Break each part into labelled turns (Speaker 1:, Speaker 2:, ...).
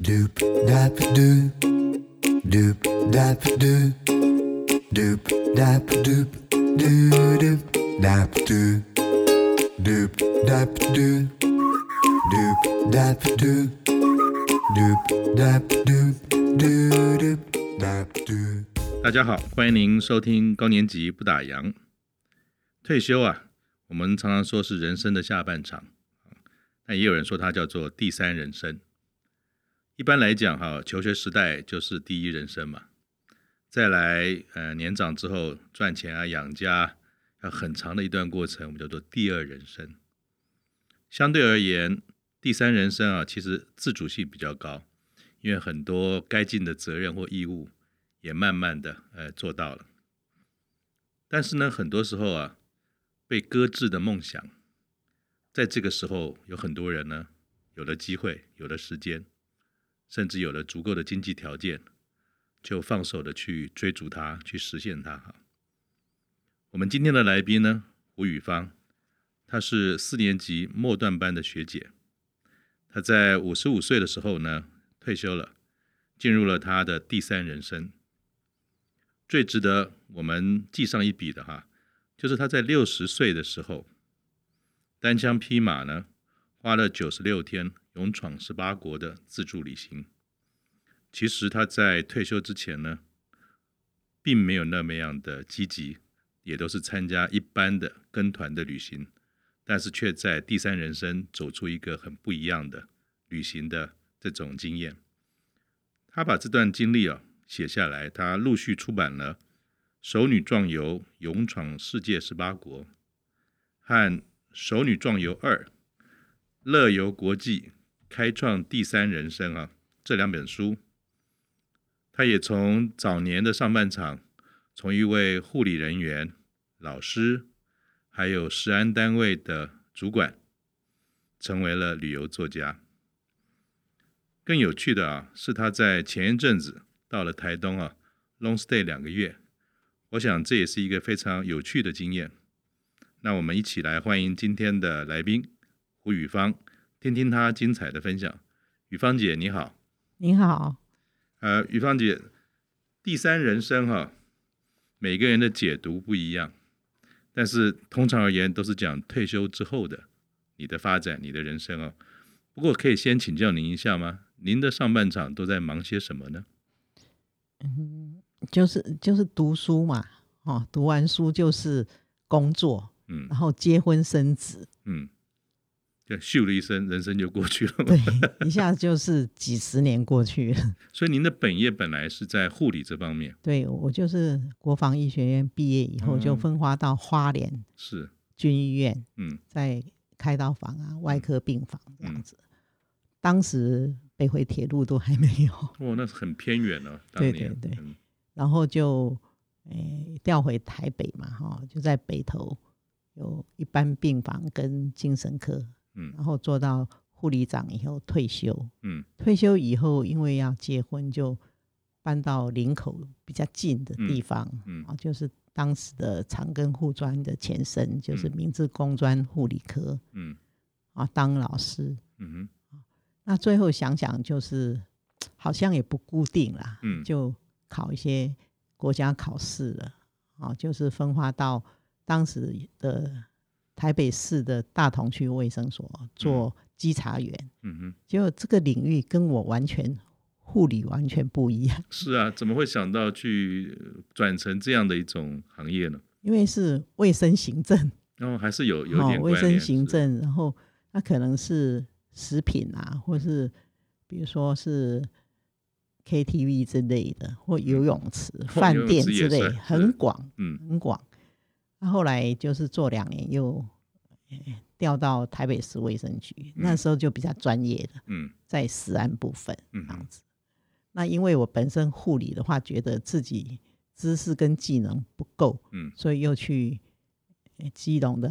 Speaker 1: Doop dap doop. Doop dap doop. Doop dap doop. Doo doop dap doop. Doop dap doop. Doop dap doop. Doop dap doop. Doo doop dap doop.
Speaker 2: 大家好，欢迎您收听高年级不打烊。退休啊，我们常常说是人生的下半场，但也有人说它叫做第三人生。一般来讲，哈，求学时代就是第一人生嘛。再来，呃，年长之后赚钱啊、养家，要很长的一段过程，我们叫做第二人生。相对而言，第三人生啊，其实自主性比较高，因为很多该尽的责任或义务也慢慢的呃做到了。但是呢，很多时候啊，被搁置的梦想，在这个时候有很多人呢，有了机会，有了时间，甚至有了足够的经济条件，就放手的去追逐它，去实现它哈。我们今天的来宾呢，胡宇芳，她是四年级末段班的学姐，她在五十五岁的时候呢退休了，进入了她的第三人生。最值得我们记上一笔的哈，就是她在六十岁的时候，单枪匹马呢，花了九十六天勇闯十八国的自助旅行。其实她在退休之前呢，并没有那么样的积极，也都是参加一般的跟团的旅行，但是却在第三人生走出一个很不一样的旅行的这种经验。他把这段经历啊写下来，他陆续出版了《熟女壮游：勇闯世界十八国》和《熟女壮游二：乐游国际，开创第三人生》啊这两本书。他也从早年的上半场，从一位护理人员、老师，还有食安单位的主管，成为了旅游作家。更有趣的啊，是他在前一阵子到了台东啊，long stay 两个月，我想这也是一个非常有趣的经验。那我们一起来欢迎今天的来宾胡宇芳，听听她精彩的分享。宇芳姐你好，
Speaker 3: 您好，
Speaker 2: 呃，宇芳姐，第三人生哈、每个人的解读不一样，但是通常而言都是讲退休之后的你的发展、你的人生哦。不过可以先请教您一下吗？您的上半场都在忙些什么呢？
Speaker 3: 嗯就是就是读书嘛，哦，读完书就是工作，
Speaker 2: 嗯
Speaker 3: 然后结婚生子，
Speaker 2: 嗯，就咻了一声，人生就过去了 嘛。
Speaker 3: 对，一下就是几十年过去了。
Speaker 2: 所以您的本业本来是在护理这方面，
Speaker 3: 对我就是国防医学院毕业以后，就
Speaker 2: 嗯
Speaker 3: 分发到花莲
Speaker 2: 是
Speaker 3: 军医院，
Speaker 2: 嗯
Speaker 3: 在开刀房啊、外科病房这样子。当时北回铁路都还没有，
Speaker 2: 哇，那是很偏远哦，当
Speaker 3: 对
Speaker 2: 年
Speaker 3: 对对
Speaker 2: 嗯
Speaker 3: 然后就诶调回台北嘛，哈、就在北投有一般病房跟精神科，
Speaker 2: 嗯
Speaker 3: 然后做到护理长以后退休，
Speaker 2: 嗯
Speaker 3: 退休以后因为要结婚，就搬到林口比较近的地方，
Speaker 2: 嗯嗯
Speaker 3: 啊，就是当时的长庚护专的前身，就是
Speaker 2: 嗯
Speaker 3: 明治工专护理科
Speaker 2: 嗯
Speaker 3: 啊，当老师。
Speaker 2: 嗯哼
Speaker 3: 那最后想想，就是好像也不固定啦，
Speaker 2: 嗯
Speaker 3: 就考一些国家考试了，啊，就是分化到当时的台北市的大同区卫生所做稽查员，
Speaker 2: 嗯哼，
Speaker 3: 结果这个领域跟我完全护理完全不一样，
Speaker 2: 是啊，怎么会想到去呃转成这样的一种行业呢？
Speaker 3: 因为是卫生行政，
Speaker 2: 然后还是有有一点
Speaker 3: 哦、卫
Speaker 2: 关联
Speaker 3: 生行
Speaker 2: 是
Speaker 3: 政，然后那可能是食品啊，
Speaker 2: 嗯
Speaker 3: 或是比如说是 KTV 之类的，或游泳池、饭
Speaker 2: 嗯哦游泳
Speaker 3: 店
Speaker 2: 池
Speaker 3: 之
Speaker 2: 也
Speaker 3: 类
Speaker 2: 算，是
Speaker 3: 很广
Speaker 2: 嗯
Speaker 3: 很广。那后来就是做两年又。呃调到台北市卫生局，那
Speaker 2: 嗯
Speaker 3: 时候就比较专业的，
Speaker 2: 嗯
Speaker 3: 在食安部分
Speaker 2: 嗯哼
Speaker 3: 这样子。那因为我本身护理的话，觉得自己知识跟技能不够，
Speaker 2: 嗯
Speaker 3: 所以又去呃基隆的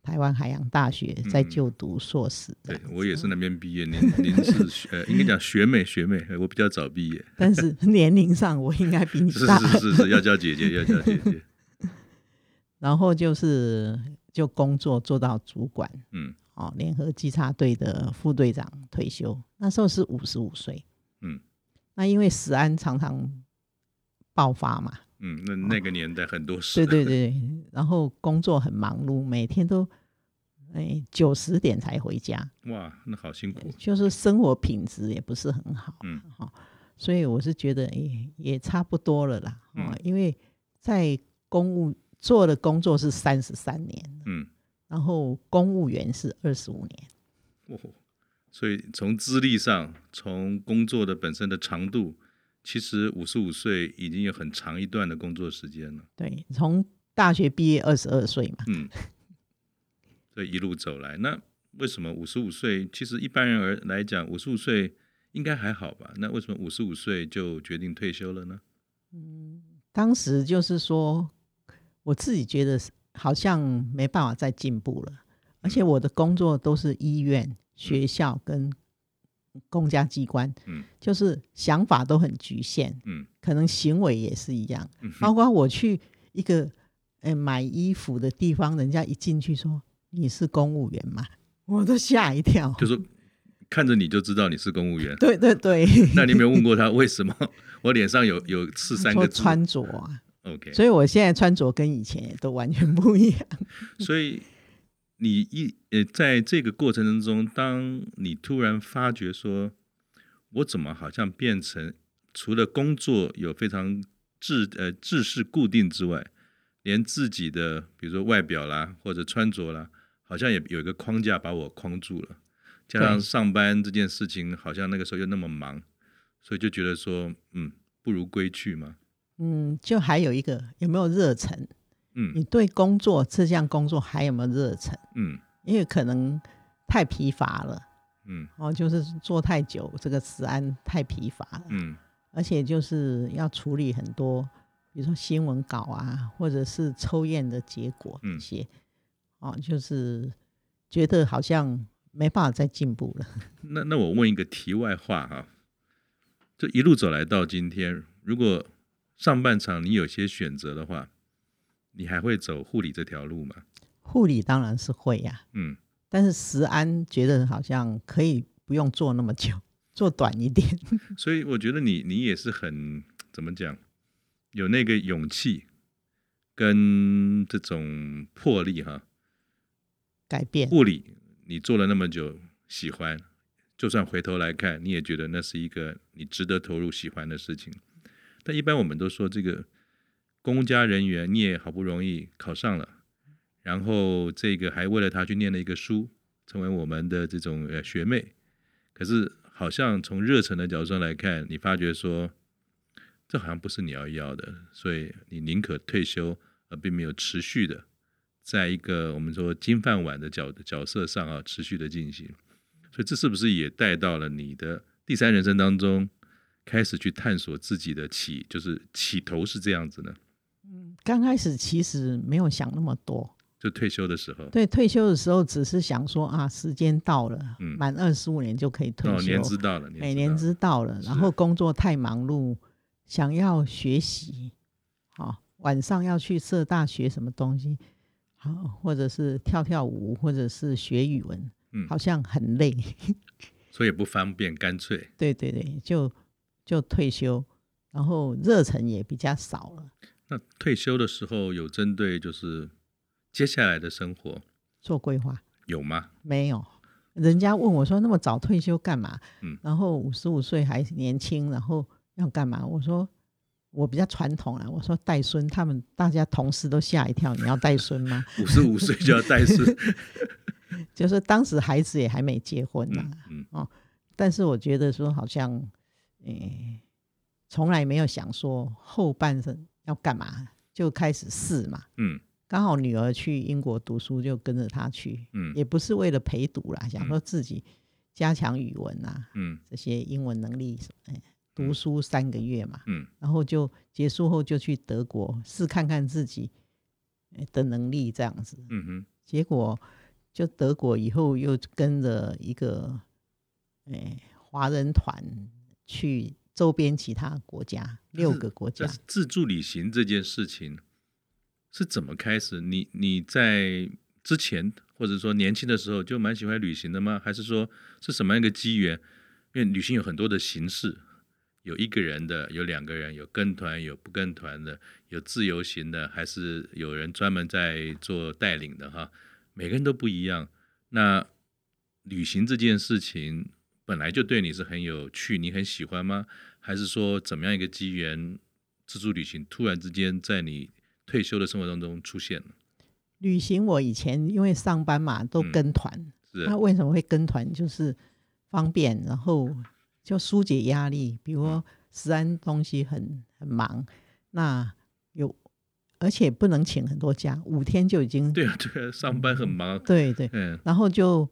Speaker 3: 台湾海洋大学
Speaker 2: 嗯
Speaker 3: 在就读硕士这
Speaker 2: 对
Speaker 3: 样子。
Speaker 2: 我也是那边毕 业，您您是学呃应该讲学妹学妹，呃我比较早毕业，
Speaker 3: 但是年龄上我应该比 你
Speaker 2: 是
Speaker 3: 大。
Speaker 2: 是是是，要叫姐 姐要叫姐姐，
Speaker 3: 然后就是就工作做到主管
Speaker 2: 嗯
Speaker 3: 哦，联合稽查队的副队长退休，那时候是五十五岁。
Speaker 2: 嗯，
Speaker 3: 那因为食安常常爆发嘛，
Speaker 2: 嗯，那那个年代很多事，
Speaker 3: 哦对对对，然后工作很忙碌，每天都哎九十点才回家，
Speaker 2: 哇，那好辛苦，
Speaker 3: 就是生活品质也不是很好，
Speaker 2: 嗯，
Speaker 3: 哈、所以我是觉得也也差不多了啦，哦，
Speaker 2: 嗯
Speaker 3: 因为在公务做的工作是三十三年，
Speaker 2: 嗯，
Speaker 3: 然后公务员是二十五年，
Speaker 2: 哦，所以从资历上，从工作的本身的长度，其实五十五岁已经有很长一段的工作时间了，
Speaker 3: 对，从大学毕业二十二岁嘛，
Speaker 2: 嗯，所以一路走来，那为什么五十五岁？其实一般人而来讲，五十五岁应该还好吧？那为什么五十五岁就决定退休了呢？
Speaker 3: 当时就是说，我自己觉得是好像没办法再进步了，而
Speaker 2: 嗯
Speaker 3: 且我的工作都是医院、学校跟公家机关，
Speaker 2: 嗯
Speaker 3: 就是想法都很局限，
Speaker 2: 嗯
Speaker 3: 可能行为也是一样。
Speaker 2: 嗯哼
Speaker 3: 包括我去一个呃买衣服的地方，人家一进去说你是公务员吗？我都吓一跳。，
Speaker 2: 就说看着你就知道你是公务员
Speaker 3: 对对对，
Speaker 2: 那你有没有问过他为什么 我脸上有有刺三
Speaker 3: 说
Speaker 2: 个字
Speaker 3: 穿着啊，
Speaker 2: ？OK，
Speaker 3: 所以我现在穿着跟以前都完全不一样。
Speaker 2: 所以你一呃，在这个过程当中，当你突然发觉说，我怎么好像变成除了工作有非常制呃制式固定之外，连自己的比如说外表啦或者穿着啦，好像也有一个框架把我框住了。加上
Speaker 3: 对
Speaker 2: 上班这件事情，好像那个时候又那么忙，所以就觉得说，嗯，不如归去嘛。
Speaker 3: 嗯，就还有一个有没有热忱？
Speaker 2: 嗯
Speaker 3: 你对工作这项工作还有没有热忱？
Speaker 2: 嗯
Speaker 3: 因为可能太疲乏了，
Speaker 2: 嗯
Speaker 3: 哦，就是做太久，这个治安太疲乏了，
Speaker 2: 嗯
Speaker 3: 而且就是要处理很多，比如说新闻稿啊，或者是抽验的结果
Speaker 2: 嗯
Speaker 3: 这些，哦，就是觉得好像没办法再进步了。
Speaker 2: 那那我问一个题外话哈、就一路走来到今天，如果上半场你有些选择的话，你还会走护理这条路吗？
Speaker 3: 护理当然是会呀、
Speaker 2: 嗯，
Speaker 3: 但是食安觉得好像可以不用做那么久，做短一点。
Speaker 2: 所以我觉得你你也是很怎么讲，有那个勇气跟这种魄力哈、
Speaker 3: 改变，
Speaker 2: 护理你做了那么久，喜欢，就算回头来看，你也觉得那是一个你值得投入、喜欢的事情。但一般我们都说，这个公家人员你也好不容易考上了，然后这个还为了他去念了一个书，成为我们的这种呃学妹。可是好像从热忱的角度上来看，你发觉说，这好像不是你要要的，所以你宁可退休，而并没有持续的在一个我们说金饭碗的角角色上啊，持续的进行。所以这是不是也带到了你的第三人生当中，开始去探索自己的起，就是起头是这样子呢？
Speaker 3: 刚开始其实没有想那么多，
Speaker 2: 就退休的时候，
Speaker 3: 对，退休的时候只是想说啊，时间到了，
Speaker 2: 嗯
Speaker 3: 满二十五年就可以退
Speaker 2: 哦，
Speaker 3: 休，
Speaker 2: 年资到了，
Speaker 3: 每
Speaker 2: 到
Speaker 3: 年
Speaker 2: 了
Speaker 3: 知道了，
Speaker 2: 是啊
Speaker 3: 然后工作太忙碌，想要学习，好、晚上要去社大学什么东西，好、或者是跳跳舞，或者是学语文，
Speaker 2: 嗯
Speaker 3: 好像很累，
Speaker 2: 所以也不方便，干脆
Speaker 3: 对对对，就就退休，然后热忱也比较少了，
Speaker 2: 那退休的时候有针对就是接下来的生活
Speaker 3: 做规划。
Speaker 2: 有吗？
Speaker 3: 没有，人家问我说那么早退休干嘛？
Speaker 2: 嗯
Speaker 3: 然后五十五岁还年轻，然后要干嘛？我说我比较传统啊，我说带孙，他们大家同事都吓一跳，你要带孙吗？
Speaker 2: 五十五岁就要带 孙，
Speaker 3: 就是当时孩子也还没结婚呢、
Speaker 2: 嗯嗯
Speaker 3: 但是我觉得说好像，诶、从来没有想说后半生要干嘛，就开始试嘛。
Speaker 2: 嗯
Speaker 3: 刚好女儿去英国读书，就跟着她去，
Speaker 2: 嗯
Speaker 3: 也不是为了陪读啦，想说自己加强语文啊，
Speaker 2: 嗯
Speaker 3: 这些英文能力什么，哎，读
Speaker 2: 嗯
Speaker 3: 书三个月嘛，
Speaker 2: 嗯
Speaker 3: 然后就结束后就去德国试看看自己哎的能力这样子。
Speaker 2: 嗯哼
Speaker 3: 结果就德国以后又跟着一个哎华人团去周边其他国家六
Speaker 2: 但是
Speaker 3: 个国家
Speaker 2: 但是，自助旅行这件事情是怎么开始？你你在之前或者说年轻的时候就蛮喜欢旅行的吗？还是说是什么样一个机缘？因为旅行有很多的形式，有一个人的，有两个人，有跟团，有不跟团的，有自由行的，还是有人专门在做带领的哈。每个人都不一样。那旅行这件事情本来就对你是很有趣，你很喜欢吗？还是说怎么样一个机缘，自助旅行突然之间在你退休的生活当中出现了？
Speaker 3: 旅行我以前因为上班嘛，都
Speaker 2: 嗯
Speaker 3: 跟团。
Speaker 2: 是
Speaker 3: 那为什么会跟团？就是方便，然后就疏解压力。比如说食安东西很很忙，那有而且不能请很多假，五天就已经
Speaker 2: 对啊，对啊，上班很忙，
Speaker 3: 对对
Speaker 2: 嗯
Speaker 3: 然后就，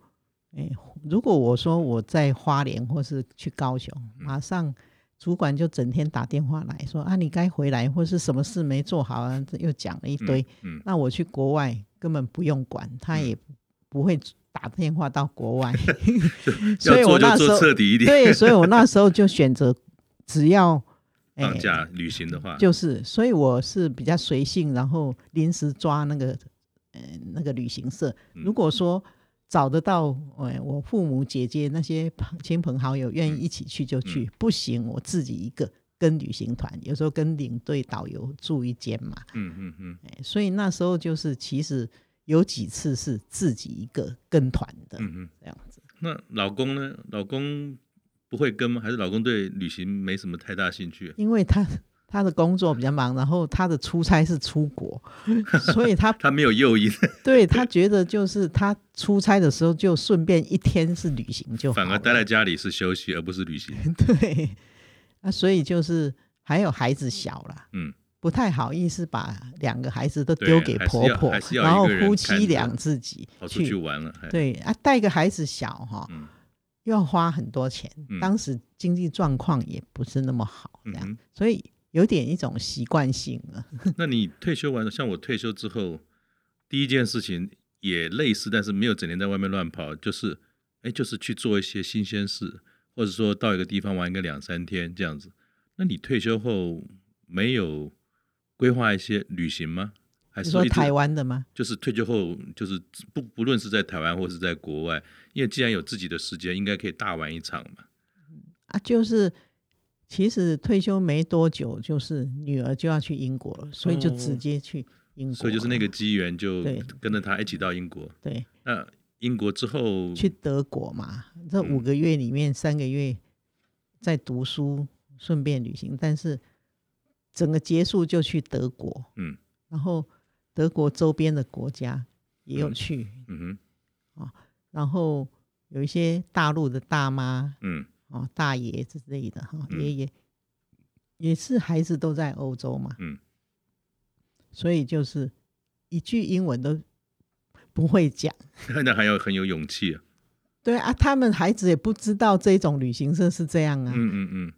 Speaker 3: 哎、如果我说我在花莲或是去高雄，
Speaker 2: 嗯
Speaker 3: 马上主管就整天打电话来说啊，你该回来，或是什么事没做好啊，这又讲了一
Speaker 2: 嗯
Speaker 3: 堆。
Speaker 2: 嗯，
Speaker 3: 那我去国外根本不用管，他也不会打电话到国外。 所
Speaker 2: 嗯
Speaker 3: 以
Speaker 2: 要做
Speaker 3: 我 那
Speaker 2: 就
Speaker 3: 时
Speaker 2: 做
Speaker 3: 候
Speaker 2: 彻底一点。
Speaker 3: 对，所以我那时候就选择，只要 哎、
Speaker 2: 放假旅行的话，
Speaker 3: 就是，所以我是比较随性，然后临时抓那个，呃，那个旅行社。如
Speaker 2: 嗯
Speaker 3: 果说找得到，呃，我父母、姐姐那些朋亲朋好友愿意
Speaker 2: 嗯
Speaker 3: 一起去就去，不行我自己一个跟旅行团，有时候跟领队、导游住一间嘛。
Speaker 2: 嗯嗯嗯，
Speaker 3: 哎所以那时候就是，其实有几次是自己一个跟团的、
Speaker 2: 嗯嗯。
Speaker 3: 这样子。
Speaker 2: 那老公呢？老公不会跟吗？还是老公对旅行没什么太大兴趣？
Speaker 3: 因为他他的工作比较忙，然后他的出差是出 国，所以他
Speaker 2: 他没有诱因，
Speaker 3: 对他觉得就是他出差的时候就顺便一天是旅行就哦好
Speaker 2: 反
Speaker 3: 了，
Speaker 2: 而待在家里是休息，而不是旅行。
Speaker 3: 对啊，所以就是还有孩子小啦，
Speaker 2: 嗯，
Speaker 3: 不太好意思把两个孩子都
Speaker 2: 对
Speaker 3: 丢给
Speaker 2: 还是
Speaker 3: 婆
Speaker 2: 要
Speaker 3: 婆
Speaker 2: 还，是要
Speaker 3: 然
Speaker 2: 一
Speaker 3: 后
Speaker 2: 个人
Speaker 3: 夫
Speaker 2: 看着
Speaker 3: 妻俩自己
Speaker 2: 跑出去玩了，哎，
Speaker 3: 对啊，带个孩子小哈、
Speaker 2: 嗯
Speaker 3: 又要花很多钱，
Speaker 2: 嗯
Speaker 3: 当时经济状况也不是那么好，这
Speaker 2: 嗯
Speaker 3: 样，
Speaker 2: 哼。
Speaker 3: 所以有点一种习惯性了。
Speaker 2: 那你退休完了，像我退休之后，第一件事情也类似，但是没有整天在外面乱跑，就是，哎，就是去做一些新鲜事，或者说到一个地方玩个两三天这样子。那你退休后没有规划一些旅行吗？还
Speaker 3: 你
Speaker 2: 是
Speaker 3: 说
Speaker 2: 一直
Speaker 3: 台湾的吗？
Speaker 2: 就是退休后，就是不不论是在台湾或是在国外，因为既然有自己的时间，应该可以大玩一场嘛。
Speaker 3: 啊，就是其实退休没多久，就是女儿就要去英国了，所以就直
Speaker 2: 哦
Speaker 3: 接去英国了、
Speaker 2: 所以就是那个机缘，就
Speaker 3: 对
Speaker 2: 跟着他一起到英国。
Speaker 3: 对，
Speaker 2: 那英国之后，
Speaker 3: 去德国嘛，这
Speaker 2: 嗯
Speaker 3: 五个月里面三个月在读书，顺便旅行，但是整个结束就去德国，
Speaker 2: 嗯
Speaker 3: 然后德国周边的国家也有
Speaker 2: 嗯
Speaker 3: 去，
Speaker 2: 嗯哼，
Speaker 3: 然后有一些大陆的大妈
Speaker 2: 嗯
Speaker 3: 哦、大爷之类的哈，
Speaker 2: 嗯
Speaker 3: 爷爷、也是孩子都在欧洲嘛，
Speaker 2: 嗯，
Speaker 3: 所以就是一句英文都不会讲。
Speaker 2: 那还要很有勇气、啊。
Speaker 3: 对啊，他们孩子也不知道这种旅行社是这样啊，
Speaker 2: 嗯嗯嗯，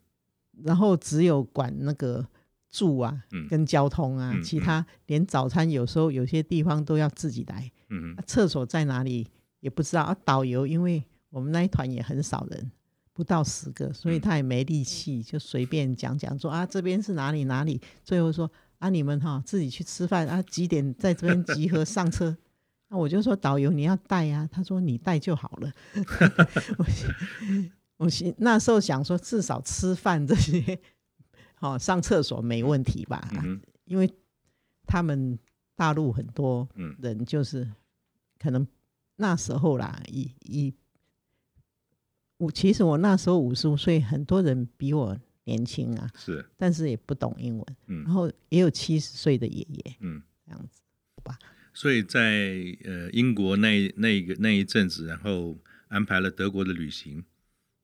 Speaker 3: 然后只有管那个住啊、
Speaker 2: 嗯
Speaker 3: 跟交通啊，
Speaker 2: 嗯
Speaker 3: 其
Speaker 2: 嗯
Speaker 3: 他连早餐有时候有些地方都要自己来，
Speaker 2: 嗯
Speaker 3: 啊厕所在哪里也不知道。啊，导游因为我们那一团也很少人，不到十个，所以
Speaker 2: 嗯
Speaker 3: 他也没力气，就随便讲讲说啊这边是哪里哪里，最后说啊你们哈、自己去吃饭啊几点在这边集合 上车。那我就说导游你要带啊，他说你带就好了。 我心我心那时候想说至少吃饭这些，好、上厕所没问题吧？
Speaker 2: 嗯哼，
Speaker 3: 因为他们大陆很多
Speaker 2: 嗯
Speaker 3: 人就是可能那时候啦，以以我其实我那时候五十五岁，很多人比我年轻啊，
Speaker 2: 是，
Speaker 3: 但是也不懂英文，
Speaker 2: 嗯
Speaker 3: 然后也有七十岁的爷爷
Speaker 2: 嗯。
Speaker 3: 这样子，
Speaker 2: 所以在呃英国那一那一个那一阵子，然后安排了德国的旅行，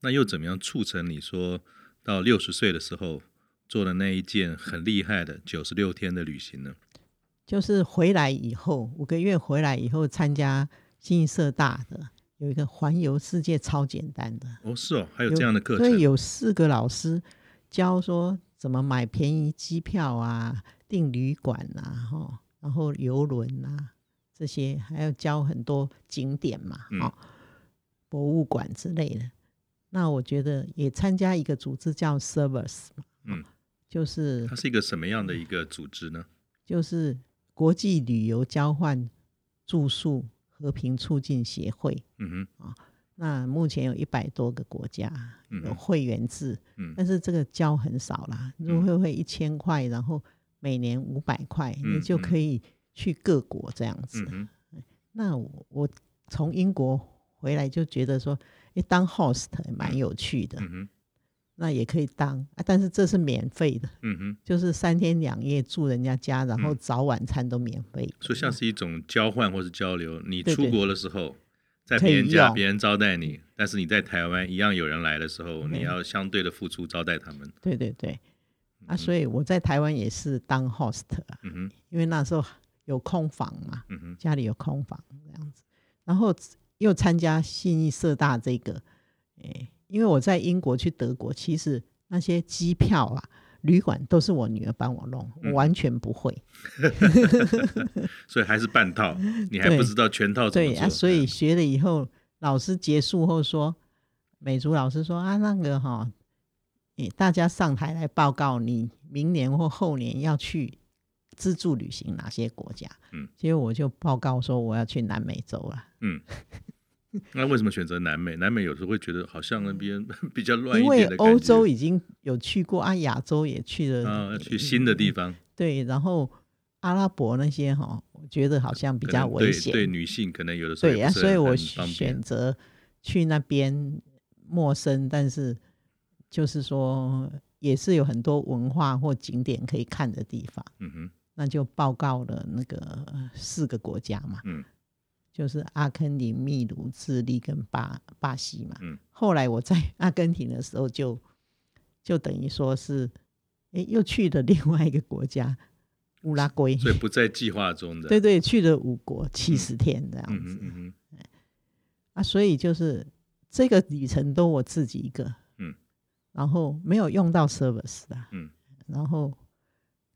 Speaker 2: 那又怎么样促成你说到六十岁的时候做的那一件很厉害的九十六天的旅行呢？
Speaker 3: 就是回来以后五个月回来以后参加新义社大的有一个环游世界超简单的，
Speaker 2: 哦，是哦，还有这样的课
Speaker 3: 所以
Speaker 2: 程，
Speaker 3: 有四个老师教说怎么买便宜机票啊、订旅馆啊、哈，然后游轮啊这些，还要教很多景点嘛，
Speaker 2: 嗯
Speaker 3: 哦，博物馆之类的。那我觉得也参加一个组织叫 Service，嘛
Speaker 2: 嗯，
Speaker 3: 就是
Speaker 2: 它是一个什么样的一个组织呢？
Speaker 3: 就是国际旅游交换住宿和平促进协会，
Speaker 2: 嗯哼，
Speaker 3: 那目前有一百多个国家
Speaker 2: 嗯
Speaker 3: 有会员制，
Speaker 2: 嗯
Speaker 3: 但是这个交很少啦，入会费一千块，然后每年五百块，
Speaker 2: 嗯
Speaker 3: 你就
Speaker 2: 嗯
Speaker 3: 可以去各国这样子
Speaker 2: 嗯。哼，
Speaker 3: 那我我从英国回来就觉得说，诶，当 host 也蛮有趣的，
Speaker 2: 嗯哼，
Speaker 3: 那也可以当啊，但是这是免费的，
Speaker 2: 嗯哼，
Speaker 3: 就是三天两夜住人家家，然后早晚餐都免费。
Speaker 2: 嗯
Speaker 3: 嗯
Speaker 2: 所以像是一种交换或是交流。你
Speaker 3: 对
Speaker 2: 出
Speaker 3: 对
Speaker 2: 国的时候，在
Speaker 3: 可
Speaker 2: 别
Speaker 3: 以
Speaker 2: 人家
Speaker 3: 用
Speaker 2: 别人招待你，但是你在台湾一样有人来的时候，你
Speaker 3: 对
Speaker 2: 要相对的付出招待他们。
Speaker 3: 对对对，啊，所以我在台湾也是当 host 啊，
Speaker 2: 嗯哼，
Speaker 3: 因为那时候有空房嘛，
Speaker 2: 嗯哼，
Speaker 3: 家里有空房这样子，然后又参加信义社大这个，诶、因为我在英国去德国，其实那些机票啊、旅馆都是我女儿帮我弄，我完全不会。
Speaker 2: 所以还是半 套，你还
Speaker 3: 对
Speaker 2: 不知道全套怎么
Speaker 3: 对
Speaker 2: 做。
Speaker 3: 啊，所以学了以后，老师结束后说，美竹老师说啊，那个哈、你大家上台来报告，你明年或后年要去自助旅行哪些国家？
Speaker 2: 嗯，
Speaker 3: 结果我就报告说我要去南美洲了。
Speaker 2: 嗯。那为什么选择南美？南美有时候会觉得好像那 边比较乱一
Speaker 3: 因为
Speaker 2: 点的感觉。
Speaker 3: 欧洲已经有去过啊，亚洲也去了，嗯
Speaker 2: 啊，要去新的地方
Speaker 3: 对，然后阿拉伯那些哈，我觉得好像比
Speaker 2: 可
Speaker 3: 较
Speaker 2: 能
Speaker 3: 危
Speaker 2: 对
Speaker 3: 险，
Speaker 2: 对女性可能有的时候
Speaker 3: 对
Speaker 2: 也
Speaker 3: 啊，
Speaker 2: 不是
Speaker 3: 所以
Speaker 2: 很
Speaker 3: 我
Speaker 2: 很方便
Speaker 3: 选。择去那边陌生，但是就是说也是有很多文化或景点可以看的地方，
Speaker 2: 嗯哼，
Speaker 3: 那就报告了那个呃四个国家嘛，
Speaker 2: 嗯，
Speaker 3: 就是阿根廷、秘鲁、智利跟巴巴西嘛。
Speaker 2: 嗯
Speaker 3: 后来我在 阿根廷的时候就，就等于说是，诶，又去了另外一个国家乌拉圭，
Speaker 2: 所以不在计划中的。
Speaker 3: 对对，去了五国七十天这样
Speaker 2: 嗯
Speaker 3: 子、
Speaker 2: 哼嗯哼，
Speaker 3: 啊，所以就是这个旅程都我自己一个，
Speaker 2: 嗯，
Speaker 3: 然后没有用到 service 的，
Speaker 2: 嗯，
Speaker 3: 然后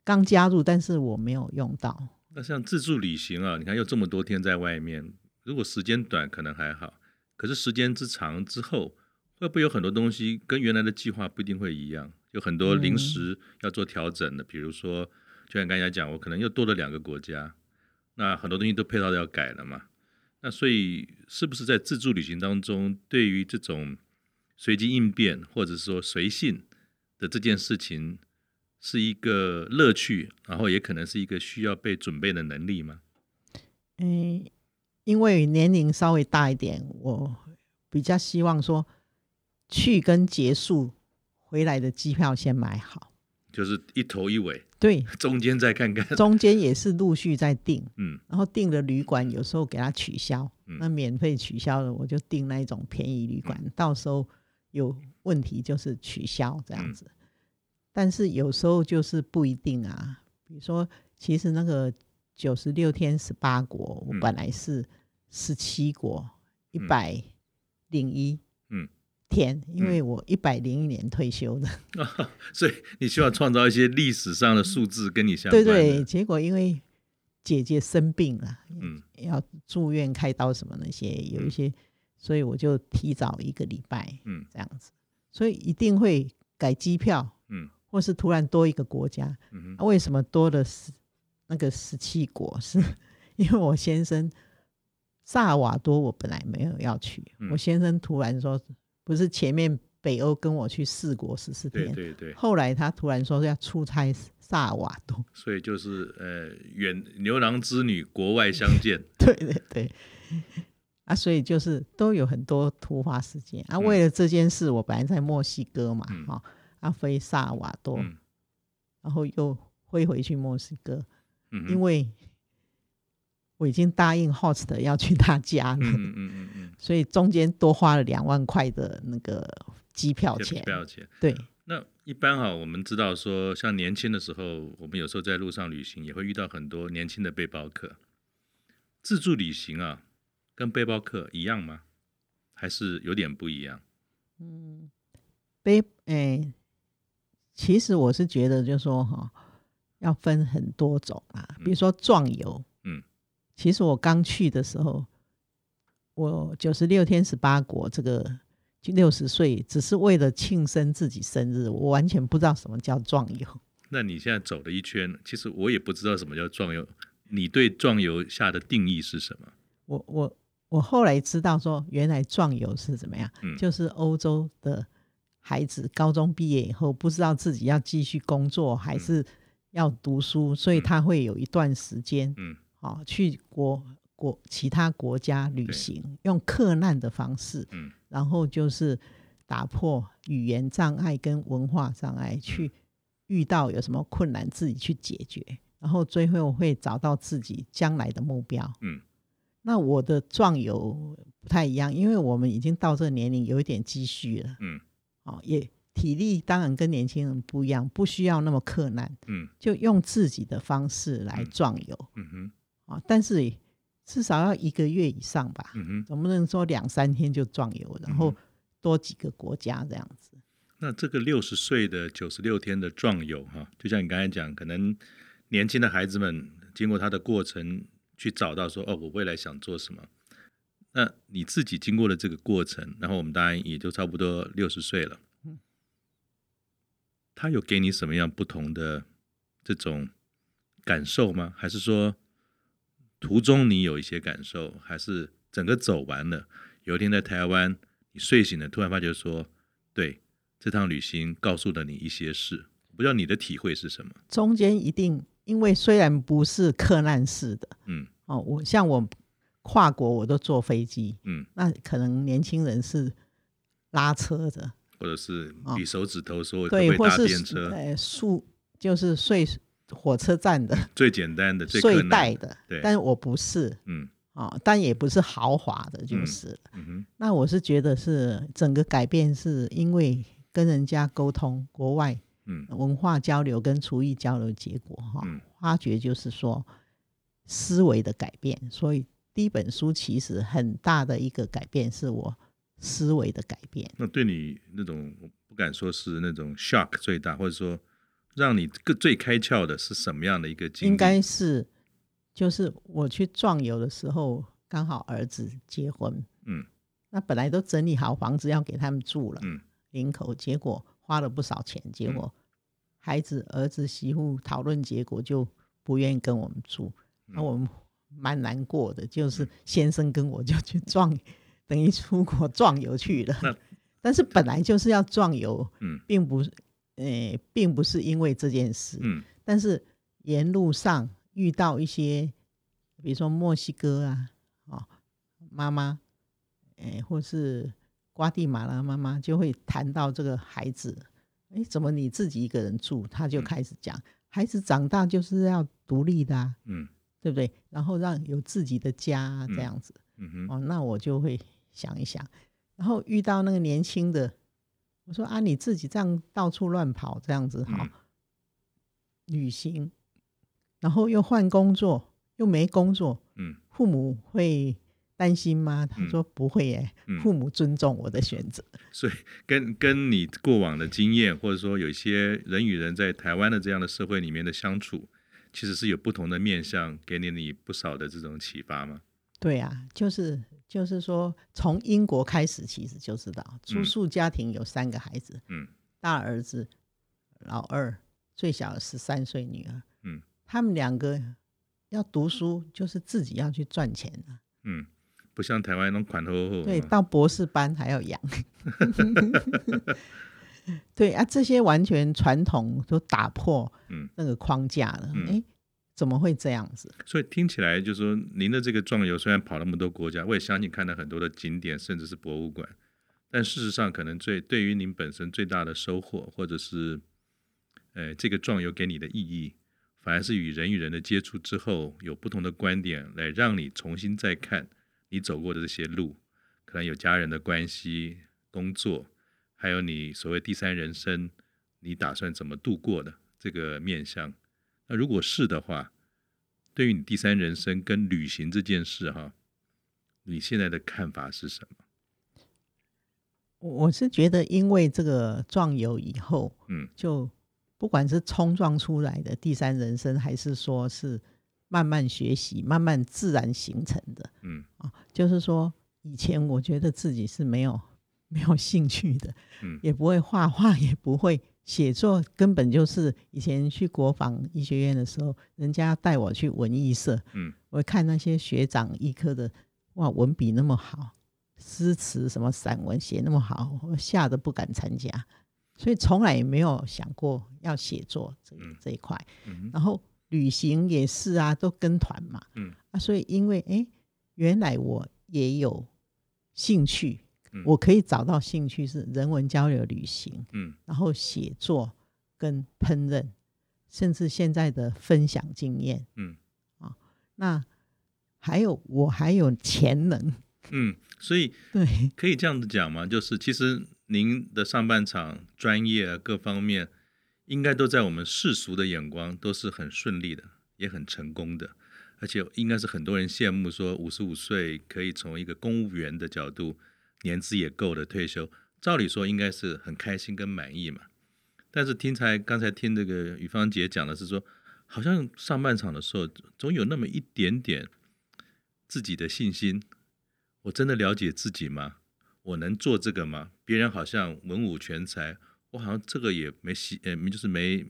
Speaker 3: 刚加入，但是我没有用到，
Speaker 2: 那像自助旅行啊，你看又这么多天在外面，如果时间短可能还好，可是时间之长之后，会不会有很多东西跟原来的计划不一定会一样？有很多临
Speaker 3: 嗯
Speaker 2: 时要做调整的，比如说，就像刚才讲，我可能又多了两个国家，那很多东西都配套都要改了嘛。那所以，是不是在自助旅行当中，对于这种随机应变或者说随性的这件事情，是一个乐趣，然后也可能是一个需要被准备的能力吗？
Speaker 3: 嗯，因为年龄稍微大一点，我比较希望说去跟结束回来的机票先买好，
Speaker 2: 就是一头一尾，
Speaker 3: 对，
Speaker 2: 中间再看看。
Speaker 3: 中间也是陆续在订，
Speaker 2: 嗯
Speaker 3: 然后订的旅馆有时候给它取消，
Speaker 2: 嗯
Speaker 3: 那免费取消的我就订那一种便宜旅馆，到时候有问题就是取消这样子。
Speaker 2: 嗯
Speaker 3: 但是有时候就是不一定啊，比如说，其实那个九十六天十八国，我
Speaker 2: 嗯
Speaker 3: 本来是十七国一
Speaker 2: 嗯
Speaker 3: 百零一
Speaker 2: 嗯
Speaker 3: 天，因为我一百零一年退休的，
Speaker 2: 所以你希望创造一些历史上的数字跟你相
Speaker 3: 对
Speaker 2: 关的。
Speaker 3: 对，结果因为姐姐生病了，
Speaker 2: 嗯
Speaker 3: 要住院开刀什么那些，有一些，所以我就提早一个礼拜
Speaker 2: 嗯
Speaker 3: 这样子，所以一定会改机票，
Speaker 2: 嗯
Speaker 3: 或是突然多一个国家。
Speaker 2: 嗯哼
Speaker 3: 啊为什么多了十那个十七国？是 因为我先生萨尔瓦多，我本来没有要去，
Speaker 2: 嗯
Speaker 3: 我先生突然说，不是前面北欧跟我去四国十四
Speaker 2: 对
Speaker 3: 天，
Speaker 2: 对对，
Speaker 3: 后来他突然说要出差萨尔瓦多，
Speaker 2: 所以就是呃，远牛郎织女国外相 见。
Speaker 3: 对对对，啊，所以就是都有很多突发事件啊。为了这件事，我本来在墨西哥嘛，
Speaker 2: 嗯
Speaker 3: 哈、啊飞萨尔瓦多，
Speaker 2: 嗯
Speaker 3: 然后又飞回去墨西哥，
Speaker 2: 嗯哼，
Speaker 3: 因为我已经答应 host 要去他家了，
Speaker 2: 嗯嗯嗯嗯嗯，
Speaker 3: 所以中间多花了两万块的那个机票
Speaker 2: 这
Speaker 3: 钱
Speaker 2: 不。要钱。嗯
Speaker 3: 对，
Speaker 2: 那一般哈，我们知道说，像年轻的时候，我们有时候在路上旅行也会遇到很多年轻的背包客。自助旅行啊，跟背包客一样吗？还是有点不一样？
Speaker 3: 嗯，背诶、哎其实我是觉得，就说哈、要分很多种啊，比如说壮游，
Speaker 2: 嗯，
Speaker 3: 其实我刚去的时候，我九十六天十八国这个六十岁，只是为了庆生自己生日，我完全不知道什么叫壮游。
Speaker 2: 那你现在走了一圈，其实我也不知道什么叫壮游。你对壮游下的定义是什么？
Speaker 3: 我我我后来知道说，原来壮游是怎么样，
Speaker 2: 嗯
Speaker 3: 就是欧洲的孩子高中毕业以后，不知道自己要继续工作
Speaker 2: 嗯
Speaker 3: 还是要读书，所以他会有一段时间，
Speaker 2: 嗯
Speaker 3: 哦，去国国其他国家旅
Speaker 2: 对
Speaker 3: 行，用克难的方式，
Speaker 2: 嗯
Speaker 3: 然后就是打破语言障碍跟文化障
Speaker 2: 嗯
Speaker 3: 碍，去遇到有什么困难自己去解决，然后最后会找到自己将来的目标。
Speaker 2: 嗯，
Speaker 3: 那我的壮游不太一样，因为我们已经到这个年龄，有一点积蓄了，
Speaker 2: 嗯
Speaker 3: 哦，也体力当然跟年轻人不一样，不需要那么困难，
Speaker 2: 嗯
Speaker 3: 就用自己的方式来壮游
Speaker 2: 嗯哼
Speaker 3: 啊、哦，但是至少要一个月以上吧。
Speaker 2: 嗯哼。
Speaker 3: 总不能说两三天就壮游，然后多几个国家这样子。
Speaker 2: 那这个六十岁的九十六天的壮游哈、就像你刚才讲，可能年轻的孩子们经过他的过程，去找到说哦，我未来想做什么。那你自己经过了这个过程，然后我们当然也就差不多六十岁了。他有给你什么样不同的这种感受吗？还是说途中你有一些感受，还是整个走完了？有一天在台湾，你睡醒了，突然发觉说，对，这趟旅行告诉了你一些事，不知道你的体会是什么？
Speaker 3: 中间一定，因为虽然不是克难式的
Speaker 2: 嗯
Speaker 3: 哦，我像我跨国我都坐飞机，
Speaker 2: 嗯，
Speaker 3: 那可能年轻人是拉车的，
Speaker 2: 或者是
Speaker 3: 哦
Speaker 2: 比手指头说可不可
Speaker 3: 对，
Speaker 2: 以
Speaker 3: 或
Speaker 2: 搭
Speaker 3: 是
Speaker 2: 便车，
Speaker 3: 呃宿就是睡火车站的
Speaker 2: 最简单的、最
Speaker 3: 睡
Speaker 2: 困难
Speaker 3: 袋
Speaker 2: 的。
Speaker 3: 的
Speaker 2: 对，
Speaker 3: 但我不是
Speaker 2: 嗯
Speaker 3: 哦，但也不是豪华的，就是了。
Speaker 2: 嗯哼
Speaker 3: 那我是觉得是整个改变是因为跟人家沟通，国外
Speaker 2: 嗯
Speaker 3: 文化交流跟厨艺交流结果哈
Speaker 2: 嗯，
Speaker 3: 发觉就是说思维的改变。所以第一本书其实很大的一个改变是我思维的改变。
Speaker 2: 那对你那种我不敢说是那种 shock 最大，或者说让你更最开窍的是什么样的一个经历？
Speaker 3: 应该是就是我去壮游的时候，刚好儿子结婚，
Speaker 2: 嗯，
Speaker 3: 那本来都整理好房子要给他们住了，
Speaker 2: 嗯，
Speaker 3: 林口，结果花了不少钱，结果孩子、儿子、媳妇讨论结果就不愿意跟我们住，那、
Speaker 2: 嗯
Speaker 3: 我们蛮难过的，就是先生跟我就去壮，等于出国壮游去
Speaker 2: 那
Speaker 3: 了，但是本来就是要壮游，
Speaker 2: 嗯
Speaker 3: 并不是，呃，并不是因为这件事，
Speaker 2: 嗯
Speaker 3: 但是沿路上遇到一些，比如说墨西哥啊，哦，妈妈，哎、或是瓜地马拉妈妈，就会谈到这个孩子，哎、怎么你自己一个人住？他就开始讲，孩子长大就是要独立的、啊，
Speaker 2: 嗯
Speaker 3: 对不对？然后让有自己的家、啊、这样子。
Speaker 2: 嗯哼
Speaker 3: 哦，那我就会想一想。然后遇到那个年轻的，我说啊，你自己这样到处乱跑，这样子哈，
Speaker 2: 嗯
Speaker 3: 旅行，然后又换工作，又没工作，
Speaker 2: 嗯
Speaker 3: 父母会担心吗？他
Speaker 2: 嗯
Speaker 3: 说不会耶、
Speaker 2: 嗯
Speaker 3: 父母尊重我的选择。
Speaker 2: 所以跟跟你过往的经验，或者说有一些人与人在台湾的这样的社会里面的相处，其实是有不同的面向，给你你不少的这种启发吗？
Speaker 3: 对啊，就是就是说，从英国开始，其实就知道住
Speaker 2: 嗯
Speaker 3: 宿家庭有三个孩子，
Speaker 2: 嗯，
Speaker 3: 大儿子、老二，最小的十三岁女儿，
Speaker 2: 嗯，
Speaker 3: 他们两个要读书，就是自己要去赚钱啊
Speaker 2: 嗯，不像台湾那种款头后，
Speaker 3: 对，到博士班还要养。 对啊，这些完全传统都打破
Speaker 2: 嗯
Speaker 3: 那个框架了。哎、
Speaker 2: 嗯
Speaker 3: 怎么会这样子？
Speaker 2: 所以听起来就是说，您的这个壮游虽然跑那么多国家，我也相信看了很多的景点，甚至是博物馆，但事实上可能最对于您本身最大的收获，或者是，呃，这个壮游给你的意义，反而是与人与人的接触之后，有不同的观点来让你重新再看你走过的这些路，可能有家人的关系、工作，还有你所谓第三人生，你打算怎么度过的这个面向。那如果是的话，对于你第三人生跟旅行这件事哈，你现在的看法是什么？
Speaker 3: 我我是觉得，因为这个壮游以后，
Speaker 2: 嗯
Speaker 3: 就不管是冲撞出来的第三人生，还是说是慢慢学习、慢慢自然形成的
Speaker 2: 嗯
Speaker 3: 啊、就是说，以前我觉得自己是没有没有兴趣的，
Speaker 2: 嗯
Speaker 3: 也不会画画，也不会写作，根本就是以前去国防医学院的时候，人家带我去文艺社，
Speaker 2: 嗯
Speaker 3: 我看那些学长医科的哇，文笔那么好，诗词什么散文写那么好，我吓得不敢参加，所以从来也没有想过要写作这
Speaker 2: 嗯
Speaker 3: 这一块。
Speaker 2: 嗯哼，
Speaker 3: 然后旅行也是啊，都跟团嘛，
Speaker 2: 嗯
Speaker 3: 啊，所以因为哎，诶原来我也有兴趣，
Speaker 2: 嗯
Speaker 3: 我可以找到兴趣是人文交流、旅行，
Speaker 2: 嗯
Speaker 3: 然后写作跟烹饪，甚至现在的分享经验。
Speaker 2: 嗯
Speaker 3: 那还有我还有潜能，
Speaker 2: 嗯，所以
Speaker 3: 对，
Speaker 2: 可以这样子讲吗？就是其实您的上半场专业啊各方面，应该都在我们世俗的眼光都是很顺利的，也很成功的，而且应该是很多人羡慕说五十五岁可以从一个公务员的角度，年资也够了退休，照理说应该是很开心跟满意嘛。但是听才刚才听这个雨芳姐讲的是说，好像上半场的时候总有那么一点点自己的信心，我真的了解自己吗？我能做这个吗？别人好像文武全才，我好像这个也没兴，呃，就是没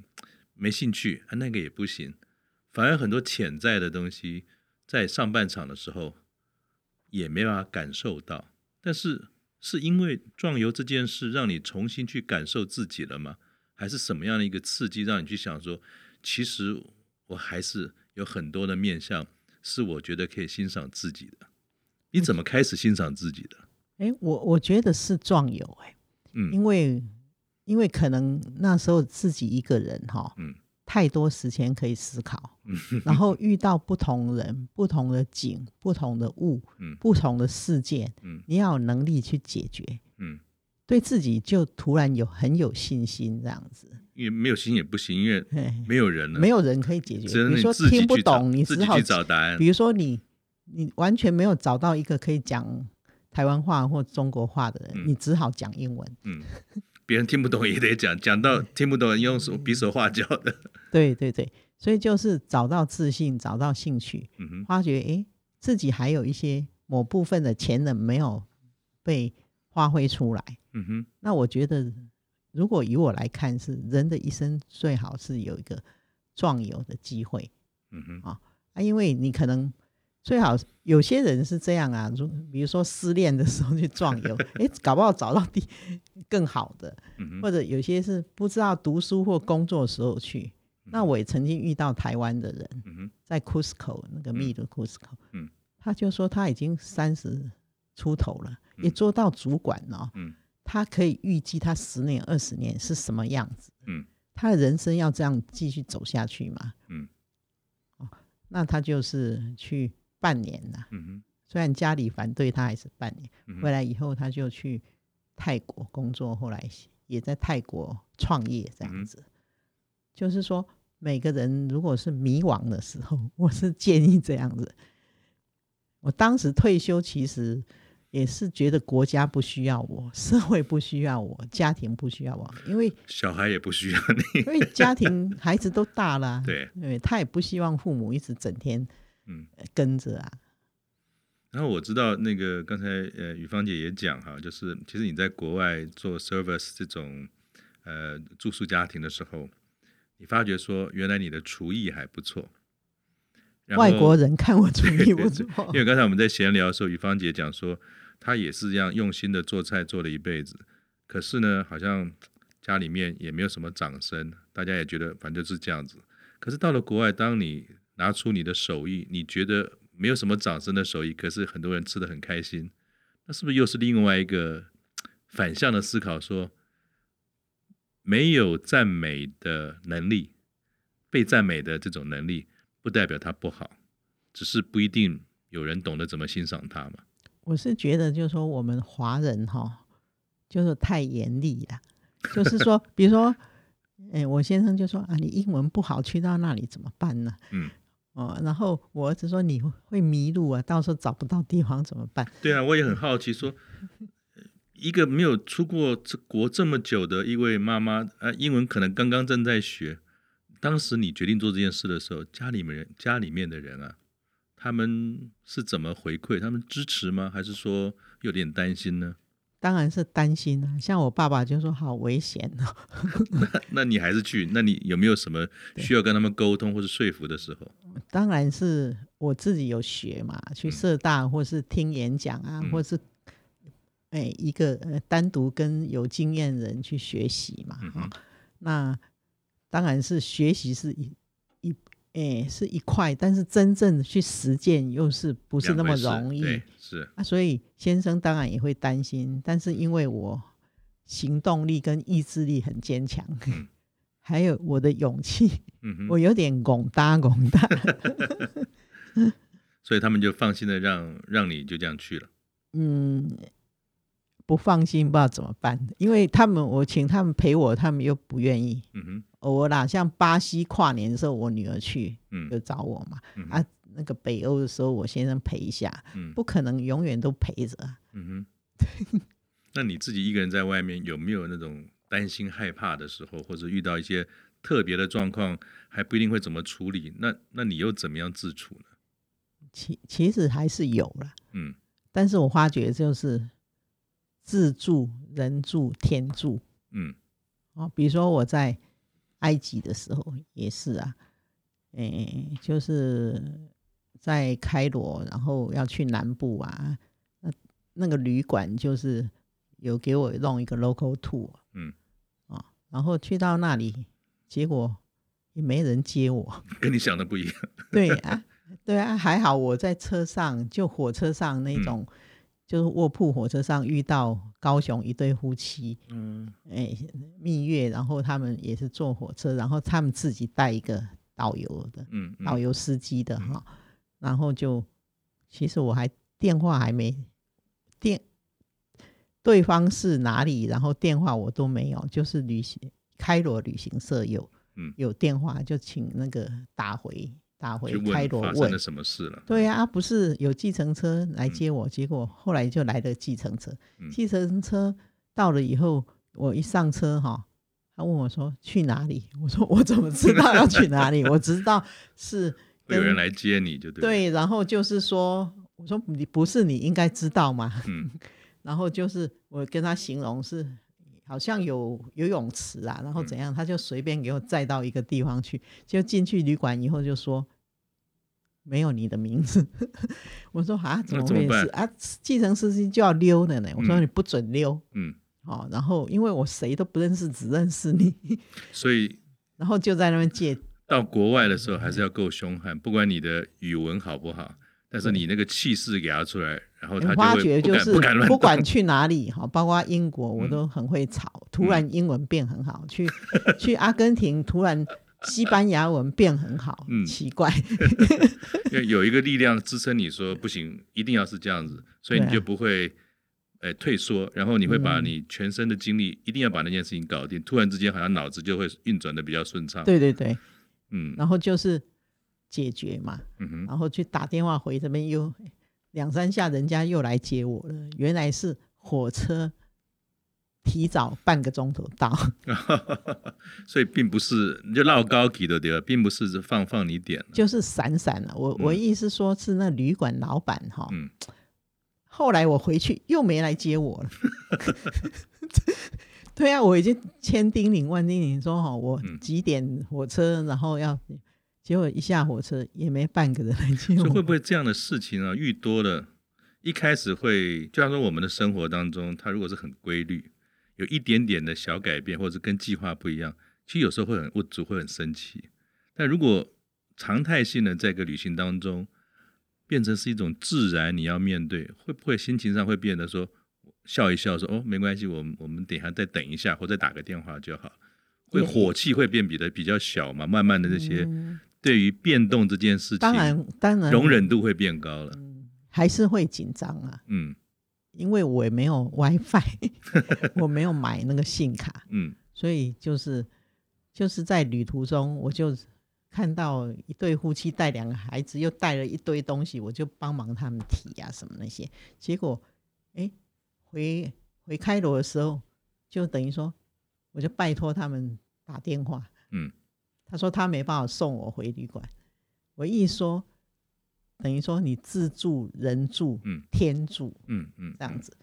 Speaker 2: 没兴趣，啊，那个也不行。反而很多潜在的东西，在上半场的时候也没办法感受到。但是是因为壮游这件事，让你重新去感受自己了吗？还是什么样的一个刺激，让你去想说，其实我还是有很多的面向，是我觉得可以欣赏自己的。你怎么开始欣赏自己的？
Speaker 3: 哎，我我觉得是壮游哎、
Speaker 2: 嗯
Speaker 3: 因为因为可能那时候自己一个人哈，
Speaker 2: 嗯
Speaker 3: 太多时间可以思考，然后遇到不同人、不同的景、不同的物、
Speaker 2: 嗯
Speaker 3: 不同的事件，
Speaker 2: 嗯
Speaker 3: 你要有能力去解决，
Speaker 2: 嗯，
Speaker 3: 对自己就突然有很有信心这样子，
Speaker 2: 因为没有心也不行，因为
Speaker 3: 嘿
Speaker 2: 没有人了，
Speaker 3: 没有人可以解
Speaker 2: 嗯
Speaker 3: 决，
Speaker 2: 只能
Speaker 3: 比如
Speaker 2: 你
Speaker 3: 说
Speaker 2: 自己
Speaker 3: 听不
Speaker 2: 去找
Speaker 3: 懂，你
Speaker 2: 自
Speaker 3: 只
Speaker 2: 己
Speaker 3: 好
Speaker 2: 去找答案
Speaker 3: 比。如说你你完全没有找到一个可以讲台湾话或中国话的人，
Speaker 2: 嗯
Speaker 3: 你只好讲英文。
Speaker 2: 嗯，别人听不懂也得讲，讲到
Speaker 3: 嗯
Speaker 2: 听不懂用手比手画脚的。
Speaker 3: 对对对，所以就是找到自信，找到兴趣，
Speaker 2: 嗯哼，
Speaker 3: 发觉诶自己还有一些某部分的潜能没有被发挥出来。
Speaker 2: 嗯哼，
Speaker 3: 那我觉得，如果以我来看，是人的一生最好是有一个壮游的机会
Speaker 2: 嗯哼，
Speaker 3: 啊，因为你可能最好有些人是这样啊，如比如说失恋的时候去壮游，诶，搞不好找到第 更好的，
Speaker 2: 嗯
Speaker 3: 或
Speaker 2: 哼，
Speaker 3: 者有些是不知道读书或工作的时候去。那我也曾经遇到台湾的人，
Speaker 2: 嗯哼，
Speaker 3: 在 Cusco 那个秘鲁 Cusco，
Speaker 2: 嗯
Speaker 3: 他就说他已经三十出头了，
Speaker 2: 嗯
Speaker 3: 也做到主管了哦、
Speaker 2: 嗯
Speaker 3: 他可以预计他十年、二十年是什么样子，
Speaker 2: 嗯，
Speaker 3: 他的人生要这样继续走下去吗？
Speaker 2: 嗯，
Speaker 3: 哦，那他就是去半年呐、
Speaker 2: 嗯哼，
Speaker 3: 虽然家里反对他，还是半年。
Speaker 2: 嗯
Speaker 3: 回
Speaker 2: 哼，
Speaker 3: 来以后，他就去泰国工作，后来也在泰国创业，这
Speaker 2: 嗯哼
Speaker 3: 样子。就是说，每个人如果是迷惘的时候， 我是建议这样子。我当时退休，其实也是觉得国家不需要我，社会不需要我，家庭不需要我，因为
Speaker 2: 小孩也不需要你。
Speaker 3: 因为家庭孩子都大了、啊，
Speaker 2: 对，
Speaker 3: 对他也不希望父母一直整天
Speaker 2: 嗯，
Speaker 3: 呃跟着啊，
Speaker 2: 然后我知道那个刚才呃雨芳姐也讲哈，就是其实你在国外做 service 这种呃住宿家庭的时候，你发觉说原来你的厨艺还不错，然后
Speaker 3: 外国人看我主意
Speaker 2: 对
Speaker 3: 不错，
Speaker 2: 因为刚才我们在闲聊的时候，于芳姐讲说，她也是这样用心的做菜做了一辈子，可是呢，好像家里面也没有什么掌声，大家也觉得反正就是这样子。可是到了国外，当你拿出你的手艺，你觉得没有什么掌声的手艺，可是很多人吃的很开心，那是不是又是另外一个反向的思考说没有赞美的能力，被赞美的这种能力，不代表它不好，只是不一定有人懂得怎么欣赏它嘛。
Speaker 3: 我是觉得，就是说我们华人哈，就是太严厉了。就是说，比如说，哎、我先生就说啊，你英文不好，去到那里怎么办呢？
Speaker 2: 嗯，
Speaker 3: 哦，然后我儿子说你会迷路啊，到时候找不到地方怎么办？
Speaker 2: 对啊，我也很好奇说，一个没有出过这国这么久的一位妈妈，呃，英文可能刚刚正在学，当时你决定做这件事的时候，家里面人家里面的人啊，他们是怎么回馈？他们支持吗？还是说有点担心呢？
Speaker 3: 当然是担心啊。像我爸爸就说好危险哦，
Speaker 2: 那你还是去？那你有没有什么需要跟他们沟通或是说服的时候？
Speaker 3: 当然是我自己有学嘛，去社大或是听演讲啊，
Speaker 2: 嗯
Speaker 3: 或是哎、一个、呃、单独跟有经验人去学习嘛。
Speaker 2: 嗯
Speaker 3: 哈
Speaker 2: 哼
Speaker 3: 那当然是学习是一一哎、是一块，但是真正去实践又是不
Speaker 2: 不
Speaker 3: 是那么容易
Speaker 2: 对，是，
Speaker 3: 啊。所以先生当然也会担心，但是因为我行动力跟意志力很坚强，
Speaker 2: 嗯
Speaker 3: 还有我的勇气。
Speaker 2: 嗯哼，
Speaker 3: 我有点拱搭拱 搭，
Speaker 2: 所以他们就放心的让让你就这样去了。
Speaker 3: 嗯，不放心，不知道怎么办。因为他们，我请他们陪我，他们又不愿意。
Speaker 2: 嗯哼，
Speaker 3: 偶尔啦，像巴西跨年的时候，我女儿去就
Speaker 2: 嗯
Speaker 3: 找我嘛。
Speaker 2: 嗯哼
Speaker 3: 啊，那个北欧的时候，我先生陪一下，
Speaker 2: 嗯
Speaker 3: 不可能永远都陪着啊。
Speaker 2: 嗯哼，那你自己一个人在外面有没有那种担心害怕的时候，或者遇到一些特别的状况，还不一定会怎么处理？那那你又怎么样自处呢？
Speaker 3: 其其实还是有啦，
Speaker 2: 嗯
Speaker 3: 但是我发觉就是自助、人助、天助。
Speaker 2: 嗯
Speaker 3: 哦，比如说我在埃及的时候也是啊，诶、就是在开罗，然后要去南部啊，那那个旅馆就是有给我弄一个 local tour，
Speaker 2: 嗯，
Speaker 3: 啊、然后去到那里，结果也没人接我，
Speaker 2: 跟你想的不一样。
Speaker 3: 对啊，对啊，还好我在车上，就火车上那
Speaker 2: 嗯
Speaker 3: 种，就是卧铺火车上遇到高雄一对夫妻，
Speaker 2: 嗯
Speaker 3: 哎蜜月，然后他们也是坐火车，然后他们自己带一个导游的
Speaker 2: 嗯，嗯
Speaker 3: 导游司机的哈，然后就其实我还电话还没电，对方是哪里，然后电话我都没有，就是旅行开罗旅行社有
Speaker 2: 嗯
Speaker 3: 有电话，就请那个打回打回
Speaker 2: 去
Speaker 3: 开
Speaker 2: 问
Speaker 3: 罗
Speaker 2: 发生
Speaker 3: 问
Speaker 2: 了。什么事了？
Speaker 3: 对啊，不是有计程车来接我，结果后来就来了计程车。
Speaker 2: 嗯
Speaker 3: 计程车到了以后，我一上车哈，他问我说去哪里？ 我说我怎么知道要去哪里？我只知道是
Speaker 2: 会 有
Speaker 3: 跟
Speaker 2: 人来接你就对。，
Speaker 3: 对，然后就是说，我说你不是你应该知道吗？
Speaker 2: 嗯
Speaker 3: 然后就是我跟他形容是好像有游泳池啊，
Speaker 2: 嗯
Speaker 3: 然后怎样，他就随便给我载到一个地方去，就进去旅馆以后就说没有你的名字， 我说啊怎
Speaker 2: 那
Speaker 3: 么
Speaker 2: 怎么
Speaker 3: 回事啊？计程司机就要溜的呢，我说
Speaker 2: 嗯
Speaker 3: 你不准溜。
Speaker 2: 嗯，
Speaker 3: 哦，然后因为我谁都不认识，只认识你，
Speaker 2: 所以
Speaker 3: 然后就在那边借
Speaker 2: 到国外的时候还是要够凶悍，不管你的语文好不好，但是你那个气势给他出来，然后哦他
Speaker 3: 发
Speaker 2: 就
Speaker 3: 觉
Speaker 2: 会不
Speaker 3: 就
Speaker 2: 敢
Speaker 3: 是
Speaker 2: 不敢乱
Speaker 3: 不
Speaker 2: 动。
Speaker 3: 管去哪里哈，包括英国我
Speaker 2: 嗯
Speaker 3: 都很会吵，突然英文变很好，去去阿根廷突然西班牙文变很好，
Speaker 2: 嗯
Speaker 3: 奇怪，
Speaker 2: 因为有一个力量支撑你说不行，一定要是这样子，所以
Speaker 3: 对啊嗯
Speaker 2: 你就不会。哎，退缩，然后你会把你全身的精力，一定要把那件事情搞定。突然之间，好像脑子就会运转的比较顺畅。，
Speaker 3: 对对对，
Speaker 2: 嗯
Speaker 3: 然后就是解决嘛，
Speaker 2: 嗯哼，
Speaker 3: 然后去打电话回这边又两三下，人家又来接我了，原来是火车提早半个钟头到，
Speaker 2: 所以并不是你就绕高级的对吧？并不是放放你点了。
Speaker 3: 就是闪闪了。我我意思说是那旅馆老板哈，
Speaker 2: 嗯
Speaker 3: 后来我回去又没来接我了。 对啊，我已经千叮咛万叮咛说哈，我
Speaker 2: 嗯
Speaker 3: 几点火车，然后要，结果一下火车也没半个人来
Speaker 2: 所
Speaker 3: 接
Speaker 2: 以
Speaker 3: 我。
Speaker 2: 会不会这样的事情啊，遇多了，一开始会，就像说我们的生活当中，它如果是很规律，有一点点的小改变，或者跟计划不一样，其实有时候会很无助，会很生气。但如果常态性的在一个旅行当中，变成是一种自然，你要面对，会不会心情上会变得说笑一笑说，哦没关系，我们我们等一下再等一下，或者打个电话就好。会
Speaker 3: 也
Speaker 2: 火气会变比的比较小嘛，慢慢的这些
Speaker 3: 嗯
Speaker 2: 对于变动这件事情，
Speaker 3: 当然，当然嗯
Speaker 2: 容忍度会变高了。
Speaker 3: 还是会紧张啊，
Speaker 2: 嗯
Speaker 3: 因为我也没有 WiFi，我没有买那个信卡，
Speaker 2: 嗯
Speaker 3: 所以就是就是在旅途中，我就看到一对夫妻带两个孩子，又带了一堆东西，我就帮忙他们提啊什么那些。结果，哎，回回开罗的时候，就等于说，我就拜托他们打电话，
Speaker 2: 嗯
Speaker 3: 他说他没办法送我回旅馆。我一说，等于说你自助、人助、
Speaker 2: 嗯
Speaker 3: 天助
Speaker 2: 嗯嗯，
Speaker 3: 这样子。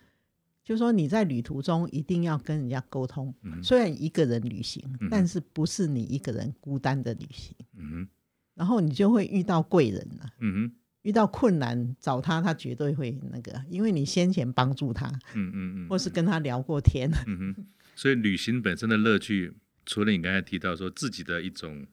Speaker 3: 就说你在旅途中一定要跟人家沟通，
Speaker 2: 嗯哼
Speaker 3: 虽然一个人旅行，
Speaker 2: 嗯哼
Speaker 3: 但是不是你一个人孤单的旅行。
Speaker 2: 嗯哼，
Speaker 3: 然后你就会遇到贵人了、
Speaker 2: 嗯
Speaker 3: 遇到困难找他，他绝对会那个，因为你先前帮助他，
Speaker 2: 哼，嗯嗯嗯，
Speaker 3: 或是跟他聊过天。
Speaker 2: 嗯哼，所以旅行本身的乐趣，除了你刚才提到说自己的一种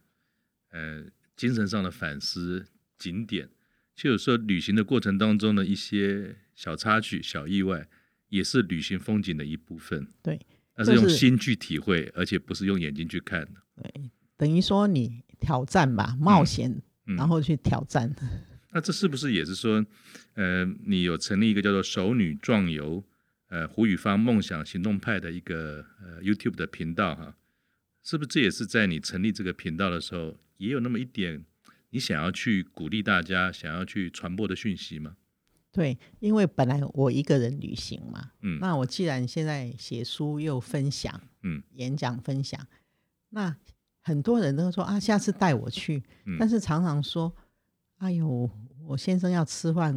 Speaker 2: 呃精神上的反思景点，就有时候旅行的过程当中的一些小插曲、小意外，也是旅行风景的一部分。
Speaker 3: 对，
Speaker 2: 但是用
Speaker 3: 就是
Speaker 2: 心去体会，而且不是用眼睛去看的。
Speaker 3: 等于说你挑战吧，冒险，
Speaker 2: 嗯
Speaker 3: 然后去挑战。
Speaker 2: 那这是不是也是说，呃，你有成立一个叫做“熟女壮游”呃胡宇芳梦想行动派的一个呃 YouTube 的频道哈？是不是这也是在你成立这个频道的时候，也有那么一点你想要去鼓励大家、想要去传播的讯息吗？
Speaker 3: 对，因为本来我一个人旅行嘛，
Speaker 2: 嗯
Speaker 3: 那我既然现在写书又分享，
Speaker 2: 嗯，
Speaker 3: 演讲分享，那很多人都说啊，下次带我去，
Speaker 2: 嗯
Speaker 3: 但是常常说，哎呦，我先生要吃饭，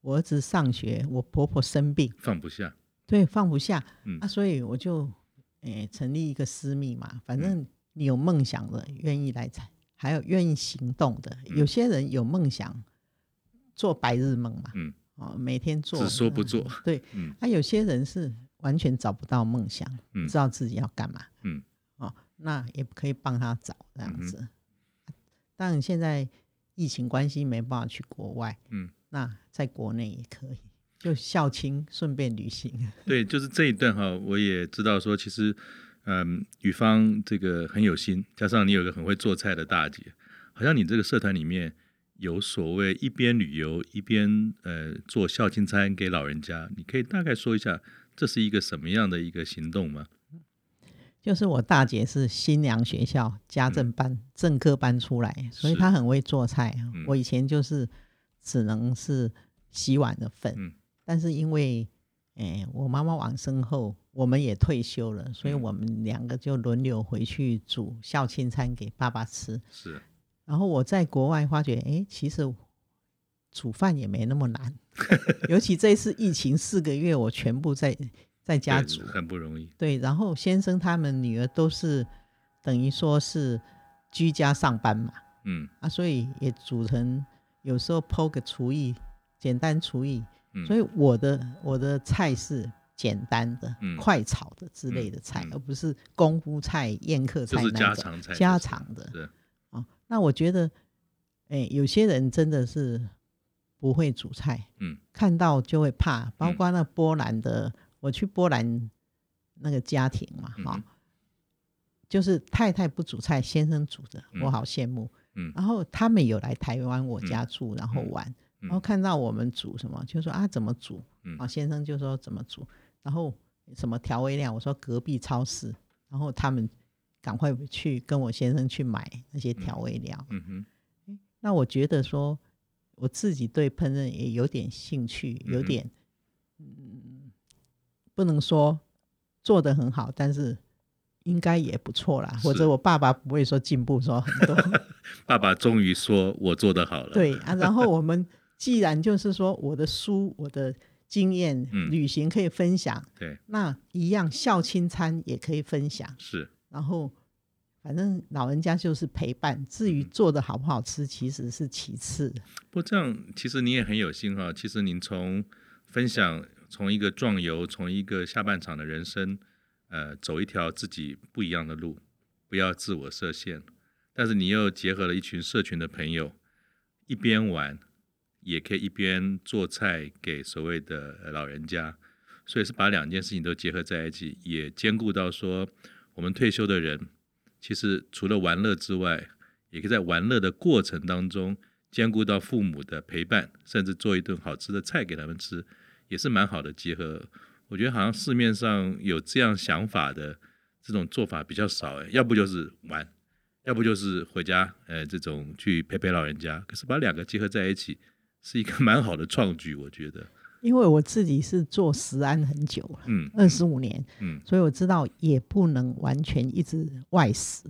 Speaker 3: 我儿子上学，我婆婆生病，
Speaker 2: 放不下，
Speaker 3: 对，放不下，
Speaker 2: 嗯
Speaker 3: 啊，所以我就诶、成立一个私密嘛，
Speaker 2: 嗯
Speaker 3: 反正你有梦想的，愿意来采，还有愿意行动的，
Speaker 2: 嗯
Speaker 3: 有些人有梦想，做白日梦嘛，
Speaker 2: 嗯，
Speaker 3: 哦，每天做，
Speaker 2: 只说不做，
Speaker 3: 对，
Speaker 2: 嗯
Speaker 3: 啊，有些人是完全找不到梦想，
Speaker 2: 嗯
Speaker 3: 不知道自己要干嘛，
Speaker 2: 嗯，
Speaker 3: 哦，那也可以帮他找
Speaker 2: 嗯
Speaker 3: 这样
Speaker 2: 哼
Speaker 3: 子。当然现在疫情关系没办法去国外，
Speaker 2: 嗯，
Speaker 3: 那在国内也可以，就孝亲顺便旅行，
Speaker 2: 对，就是这一段哈，我也知道说，其实，嗯，雨芳这个很有心，加上你有一个很会做菜的大姐，好像你这个社团里面有所谓一边旅游一边呃做孝亲餐给老人家，你可以大概说一下这是一个什么样的一个行动吗？
Speaker 3: 就是我大姐是新娘学校家政班、政科班出来，所以
Speaker 2: 嗯是
Speaker 3: 她很会做菜。啊
Speaker 2: 嗯
Speaker 3: 我以前就是只能是洗碗的份，
Speaker 2: 嗯
Speaker 3: 但是因为诶、我妈妈往生后，我们也退休了，所以
Speaker 2: 嗯
Speaker 3: 我们两个就轮流回去煮孝亲餐给爸爸吃。
Speaker 2: 是，
Speaker 3: 然后我在国外发觉，诶，其实煮饭也没那么难， 尤其这次疫情四个月，我全部在在家
Speaker 2: 对
Speaker 3: 煮。
Speaker 2: 很不容易，
Speaker 3: 对，然后先生他们女儿都是等于说是居家上班嘛，
Speaker 2: 嗯
Speaker 3: 啊，所以也组成有时候剖个厨艺，简单厨艺，
Speaker 2: 嗯，
Speaker 3: 所以我的我的菜是简单的、
Speaker 2: 嗯
Speaker 3: 快炒的之类的菜，
Speaker 2: 嗯嗯
Speaker 3: 而不是功夫菜、宴客菜
Speaker 2: 就是
Speaker 3: 那
Speaker 2: 家
Speaker 3: 种
Speaker 2: 常菜，
Speaker 3: 家常的
Speaker 2: 是，
Speaker 3: 啊、那我觉得，哎，有些人真的是不会煮菜，
Speaker 2: 嗯，
Speaker 3: 看到就会怕，包
Speaker 2: 嗯
Speaker 3: 括那波兰的，我去波兰那个家庭嘛，
Speaker 2: 嗯
Speaker 3: 哈、
Speaker 2: 哼
Speaker 3: 就是太太不煮菜，先生煮的，
Speaker 2: 嗯
Speaker 3: 我好羡慕。
Speaker 2: 嗯
Speaker 3: 然后他们有来台湾我家住，然后玩，
Speaker 2: 嗯
Speaker 3: 然后看到我们煮什么，就说啊怎么煮，
Speaker 2: 嗯
Speaker 3: 啊先生就说怎么煮，然后什么调味料，我说隔壁超市，然后他们赶快去跟我先生去买那些调味料。
Speaker 2: 嗯哼，
Speaker 3: 那我觉得说，我自己对烹饪也有点兴趣，
Speaker 2: 嗯
Speaker 3: 有
Speaker 2: 哼
Speaker 3: 点，嗯，不能说做得很好，但是应该也不错啦。或
Speaker 2: 是
Speaker 3: 者我爸爸不会说进步说很多，
Speaker 2: 爸爸终于说我做的好了，，
Speaker 3: 对啊。然后我们既然就是说我的书、我的经验、
Speaker 2: 嗯
Speaker 3: 旅行可以分享，
Speaker 2: 对，
Speaker 3: 那一样孝亲餐也可以分享。
Speaker 2: 是，
Speaker 3: 然后反正老人家就是陪伴，至于
Speaker 2: 嗯
Speaker 3: 做的好不好吃，其实是其次。
Speaker 2: 不过这样，其实你也很有心哈、其实您从分享，从一个壮游，从一个下半场的人生，呃，走一条自己不一样的路，不要自我设限。但是你又结合了一群社群的朋友，一边玩，也可以一边做菜给所谓的呃老人家，所以是把两件事情都结合在一起，也兼顾到说，我们退休的人其实除了玩乐之外，也可以在玩乐的过程当中兼顾到父母的陪伴，甚至做一顿好吃的菜给他们吃，也是蛮好的结合。我觉得好像市面上有这样想法的这种做法比较少，哎，要不就是玩，要不就是回家，呃，这种去陪陪老人家。可是把两个结合在一起，是一个 蛮好的创举，我觉得。
Speaker 3: 因为我自己是做食安很久了，
Speaker 2: 嗯
Speaker 3: 二十五年，
Speaker 2: 嗯，
Speaker 3: 所以我知道也不能完全一直外食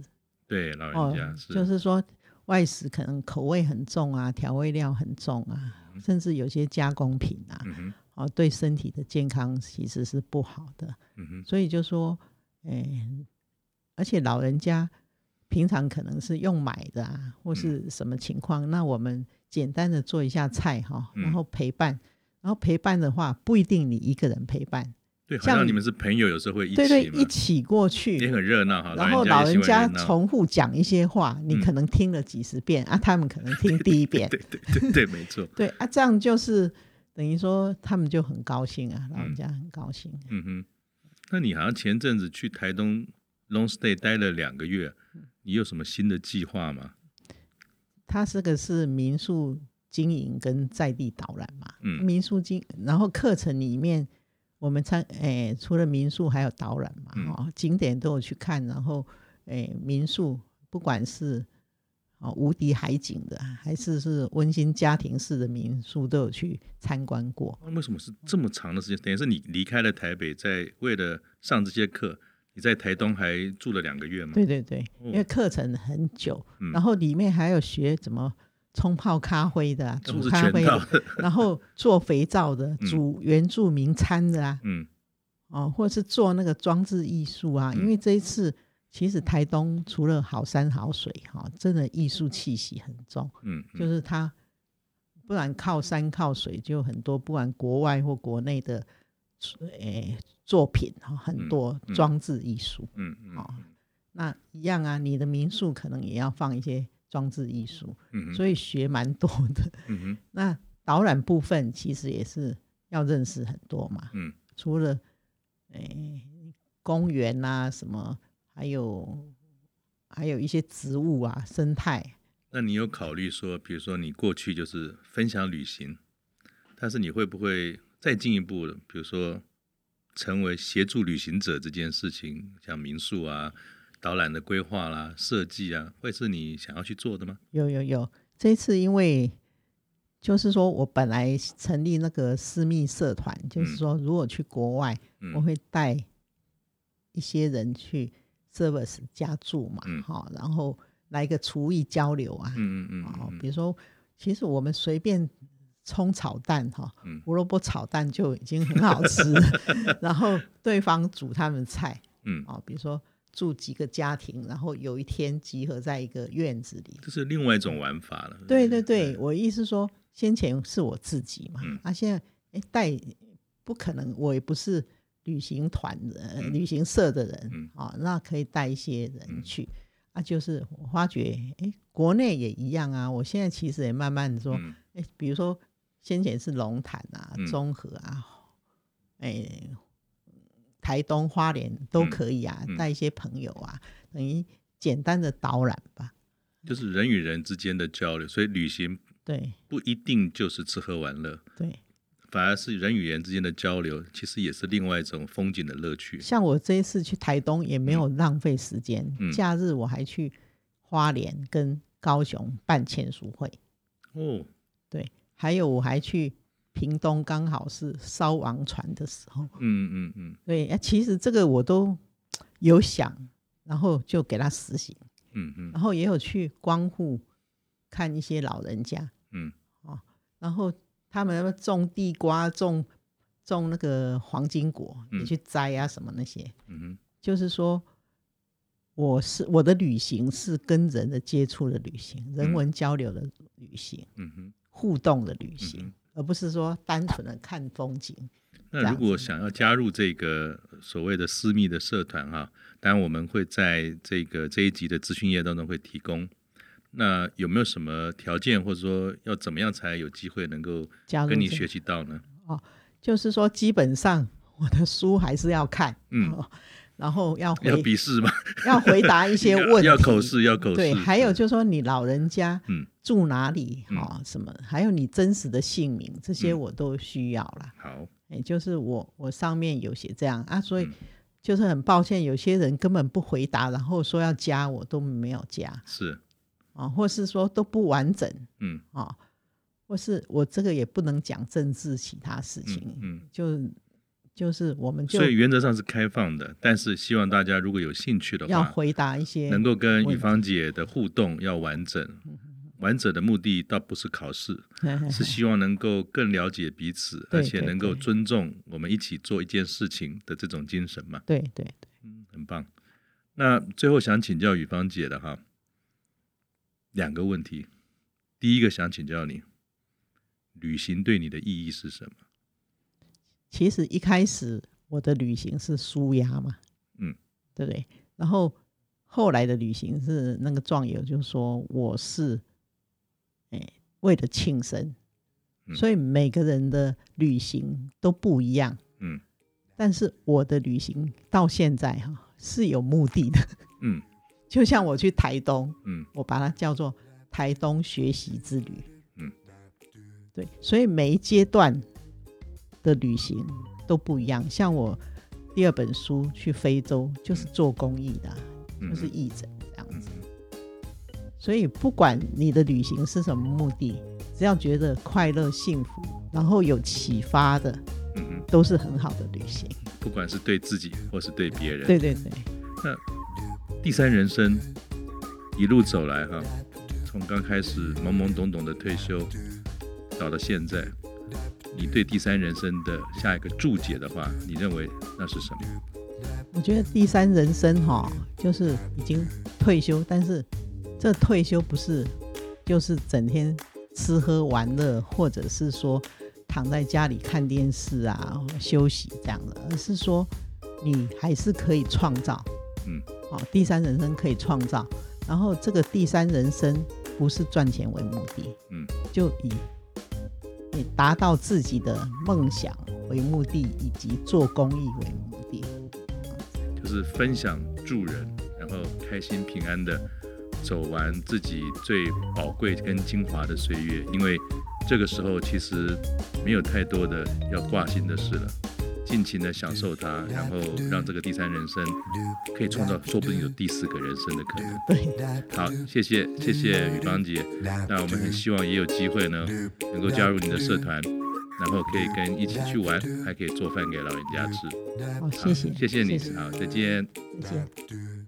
Speaker 2: 对，老
Speaker 3: 哦
Speaker 2: 人家、，是，
Speaker 3: 就是说外食可能口味很重啊，调味料很重啊，甚至有些加工品啊，
Speaker 2: 嗯哼，
Speaker 3: 哦，对身体的健康其实是不好的。
Speaker 2: 嗯哼，
Speaker 3: 所以就说，哎，而且老人家平常可能是用买的啊，
Speaker 2: 嗯
Speaker 3: 或是什么情况，那我们简单的做一下菜哈，
Speaker 2: 嗯
Speaker 3: 然后陪伴，然后陪伴的话不一定你一个人陪伴，
Speaker 2: 对，好
Speaker 3: 像
Speaker 2: 像你们是朋友，有时候会一起
Speaker 3: 对对，
Speaker 2: 嘛
Speaker 3: 一起过去，
Speaker 2: 也很热闹哈。
Speaker 3: 然后
Speaker 2: 老
Speaker 3: 老
Speaker 2: 人
Speaker 3: 人
Speaker 2: 家也
Speaker 3: 家
Speaker 2: 喜欢热闹
Speaker 3: 重复讲一些话，你
Speaker 2: 嗯
Speaker 3: 可能听了几十遍、啊，他们可能听第一遍，
Speaker 2: 对对对对，没错，
Speaker 3: 对啊，这样就是等于说他们就很高兴啊，老人
Speaker 2: 嗯
Speaker 3: 家很高兴。
Speaker 2: 嗯哼。那你好像前阵子去台东 long stay 待了两个月，
Speaker 3: 嗯
Speaker 2: 你有什么新的计划吗？
Speaker 3: 他这个是民宿经营跟在地导览嘛，
Speaker 2: 嗯
Speaker 3: 民宿经，然后课程里面我们参，诶、除了民宿还有导览嘛，
Speaker 2: 嗯
Speaker 3: 哦，景点都有去看，然后诶、民宿不管是哦无敌海景的，还是是温馨家庭式的民宿，都有去参观过。
Speaker 2: 那为什么是这么长的时间？等于是你离开了台北，在为了上这些课，你在台东还住了两个月吗？
Speaker 3: 对对对，
Speaker 2: 哦
Speaker 3: 因为课程很久，
Speaker 2: 嗯
Speaker 3: 然后里面还有学怎么冲泡咖啡的、啊、
Speaker 2: 那不
Speaker 3: 煮
Speaker 2: 是
Speaker 3: 咖
Speaker 2: 全
Speaker 3: 啡
Speaker 2: 套
Speaker 3: 的， 然后做肥皂的、煮原住民餐的啊，
Speaker 2: 嗯
Speaker 3: 哦，或是做那个装置艺术啊。因
Speaker 2: 嗯
Speaker 3: 为这一次其实台东除了好山好水哈、真的艺术气息很重，
Speaker 2: 嗯，嗯
Speaker 3: 就是它不然靠山靠水就很多，不管国外或国内的诶、作品哈、很
Speaker 2: 嗯
Speaker 3: 多
Speaker 2: 嗯
Speaker 3: 装置艺术。
Speaker 2: 嗯嗯
Speaker 3: 哦那一样啊，你的民宿可能也要放一些装置艺术，
Speaker 2: 嗯哼，
Speaker 3: 所以学蛮多的。
Speaker 2: 嗯哼
Speaker 3: 那导览部分其实也是要认识很多嘛，
Speaker 2: 嗯
Speaker 3: 除了诶、公园啊什么，还有还有一些植物啊生态，
Speaker 2: 那你有考虑说，比如说你过去就是分享旅行，但是你会不会再进一步的，比如说成为协助旅行者这件事情，像民宿啊、导览的规划啦、设计啊，会是你想要去做的吗？
Speaker 3: 有有有。这次因为就是说我本来成立那个私密社团，就是
Speaker 2: 嗯
Speaker 3: 说如果去国外，
Speaker 2: 嗯
Speaker 3: 我会带一些人去 service 家住嘛
Speaker 2: 嗯，
Speaker 3: 好、然后来一个厨艺交流啊，
Speaker 2: 嗯嗯
Speaker 3: 哦，
Speaker 2: 嗯
Speaker 3: 比如说，其实我们随便冲炒蛋哈
Speaker 2: 嗯，
Speaker 3: 胡萝卜炒蛋就已经很好吃 了。然后对方煮他们菜
Speaker 2: 嗯嗯，
Speaker 3: 哦，比如说住几个家庭，然后有一天集合在一个院子里。
Speaker 2: 这是另外一种玩法了。
Speaker 3: 对对对，我意思说，先前是我自己嘛
Speaker 2: 嗯，
Speaker 3: 啊，现在哎带不可能，我也不是旅行团的、呃
Speaker 2: 嗯
Speaker 3: 旅行社的人
Speaker 2: 嗯
Speaker 3: 啊、哦，那可以带一些人
Speaker 2: 嗯
Speaker 3: 去。啊，就是我发觉，哎，国内也一样啊。我现在其实也慢慢说，
Speaker 2: 嗯
Speaker 3: 哎，比如说先前是龙潭啊、
Speaker 2: 嗯
Speaker 3: 中和啊，哎，台东、花莲都
Speaker 2: 嗯
Speaker 3: 可以啊，
Speaker 2: 嗯
Speaker 3: 带一些朋友啊，等于简单的导览吧。
Speaker 2: 就是人与人之间的交流，所以旅行
Speaker 3: 对
Speaker 2: 不一定就是吃喝玩乐，
Speaker 3: 对，
Speaker 2: 反而是人与人之间的交流，其实也是另外一种风景的乐趣。
Speaker 3: 像我这一次去台东也没有浪费时间，
Speaker 2: 嗯
Speaker 3: 假日我还去花莲跟高雄办签书会，
Speaker 2: 哦，
Speaker 3: 对，还有我还去屏东，刚好是烧王船的时候，
Speaker 2: 嗯嗯嗯。
Speaker 3: 对，啊其实这个我都有想，然后就给他实行，
Speaker 2: 嗯嗯
Speaker 3: 然后也有去光复看一些老人家，哦
Speaker 2: 嗯
Speaker 3: 然后他们种地瓜、种种那个黄金果，也
Speaker 2: 嗯
Speaker 3: 去摘啊什么那些，
Speaker 2: 嗯哼
Speaker 3: 就是说，我是我的旅行是跟人的接触的旅行，
Speaker 2: 嗯
Speaker 3: 人文交流的旅行，
Speaker 2: 嗯哼。
Speaker 3: 互动的旅行，
Speaker 2: 嗯
Speaker 3: 而不是说单纯的看风景。
Speaker 2: 那
Speaker 3: 这样
Speaker 2: 如果想要加入这个所谓的私密的社团哈、当然我们会在这个这一集的资讯页当中会提供。那有没有什么条件，或者说要怎么样才有机会能够
Speaker 3: 加入
Speaker 2: 跟你
Speaker 3: 这个
Speaker 2: 学习到呢？
Speaker 3: 就是说，基本上我的书还是要看，
Speaker 2: 嗯
Speaker 3: 哦然后要回
Speaker 2: 要笔试吗？
Speaker 3: 要回答一些问题，
Speaker 2: 要口试，要口试。
Speaker 3: 对，还有就是说你老人家
Speaker 2: 嗯
Speaker 3: 住哪里
Speaker 2: 嗯
Speaker 3: 哈、什么，还有你真实的姓名，这些
Speaker 2: 嗯
Speaker 3: 我都需要啦。
Speaker 2: 好，
Speaker 3: 也、哎就是我我上面有写这样啊，所以
Speaker 2: 嗯
Speaker 3: 就是很抱歉，有些人根本不回答，然后说要加我都没有加
Speaker 2: 是
Speaker 3: 啊，或是说都不完整
Speaker 2: 嗯
Speaker 3: 啊，或是我这个也不能讲政治其他事情，
Speaker 2: 嗯嗯，
Speaker 3: 就就是我们就
Speaker 2: 所以原则上是开放的，但是希望大家如果有兴趣的
Speaker 3: 要
Speaker 2: 话，
Speaker 3: 回答一些
Speaker 2: 能够跟
Speaker 3: 问
Speaker 2: 以
Speaker 3: 题
Speaker 2: 芳姐的互动要完整。完整的目的倒不是考试，是希望能够更了解彼此，
Speaker 3: 对
Speaker 2: 而且
Speaker 3: 对
Speaker 2: 能够
Speaker 3: 对
Speaker 2: 尊重我们一起做一件事情的这种精神嘛。
Speaker 3: 对对对，
Speaker 2: 嗯，很棒。那最后想请教雨芳姐的哈，两个问题。第一个想请教你，旅行对你的意义是什么？
Speaker 3: 其实一开始我的旅行是舒压嘛，
Speaker 2: 嗯，
Speaker 3: 对不对？然后后来的旅行是那个壮友就说我是，哎，为了庆生，
Speaker 2: 嗯
Speaker 3: 所以每个人的旅行都不一样，
Speaker 2: 嗯
Speaker 3: 但是我的旅行到现在哈、是有目的的，
Speaker 2: 嗯
Speaker 3: 就像我去台东，
Speaker 2: 嗯
Speaker 3: 我把它叫做台东学习之旅。
Speaker 2: 嗯，
Speaker 3: 对，所以每一阶段的旅行都不一样。像我第二本书去非洲，就是做公益的啊、
Speaker 2: 嗯，
Speaker 3: 就是义诊这
Speaker 2: 嗯
Speaker 3: 样子。
Speaker 2: 嗯
Speaker 3: 所以不管你的旅行是什么目的，只要觉得快乐、幸福，然后有启发的，
Speaker 2: 嗯嗯，
Speaker 3: 都是很好的旅行。
Speaker 2: 不管是对自己或是对别人，
Speaker 3: 对对对，
Speaker 2: 第三人生一路走来哈，从刚开始懵懵懂懂的退休，到了现在，你对第三人生的下一个注解的话，你认为那是什么？
Speaker 3: 我觉得第三人生哈，就是已经退休，但是这退休不是就是整天吃喝玩乐，或者是说躺在家里看电视啊休息这样的，而是说你还是可以创造，
Speaker 2: 嗯，
Speaker 3: 哦，第三人生可以创造，然后这个第三人生不是赚钱为目的，
Speaker 2: 嗯，
Speaker 3: 就以以达到自己的梦想为目的，以及做公益为目的，
Speaker 2: 就是分享助人，然后开心平安的走完自己最宝贵跟精华的岁月，因为这个时候其实没有太多的要挂心的事了，尽情的享受它，然后让这个第三人生可以创造，说不定有第四个人生的可能。
Speaker 3: 对。
Speaker 2: 好，谢谢谢谢雨芳姐，那我们很希望也有机会呢，能够加入你的社团，然后可以跟一起去玩，还可以做饭给老人家吃。
Speaker 3: 好，谢谢，
Speaker 2: 嗯谢谢你嗯
Speaker 3: 谢，谢
Speaker 2: 好，再见。
Speaker 3: 再见。
Speaker 1: do.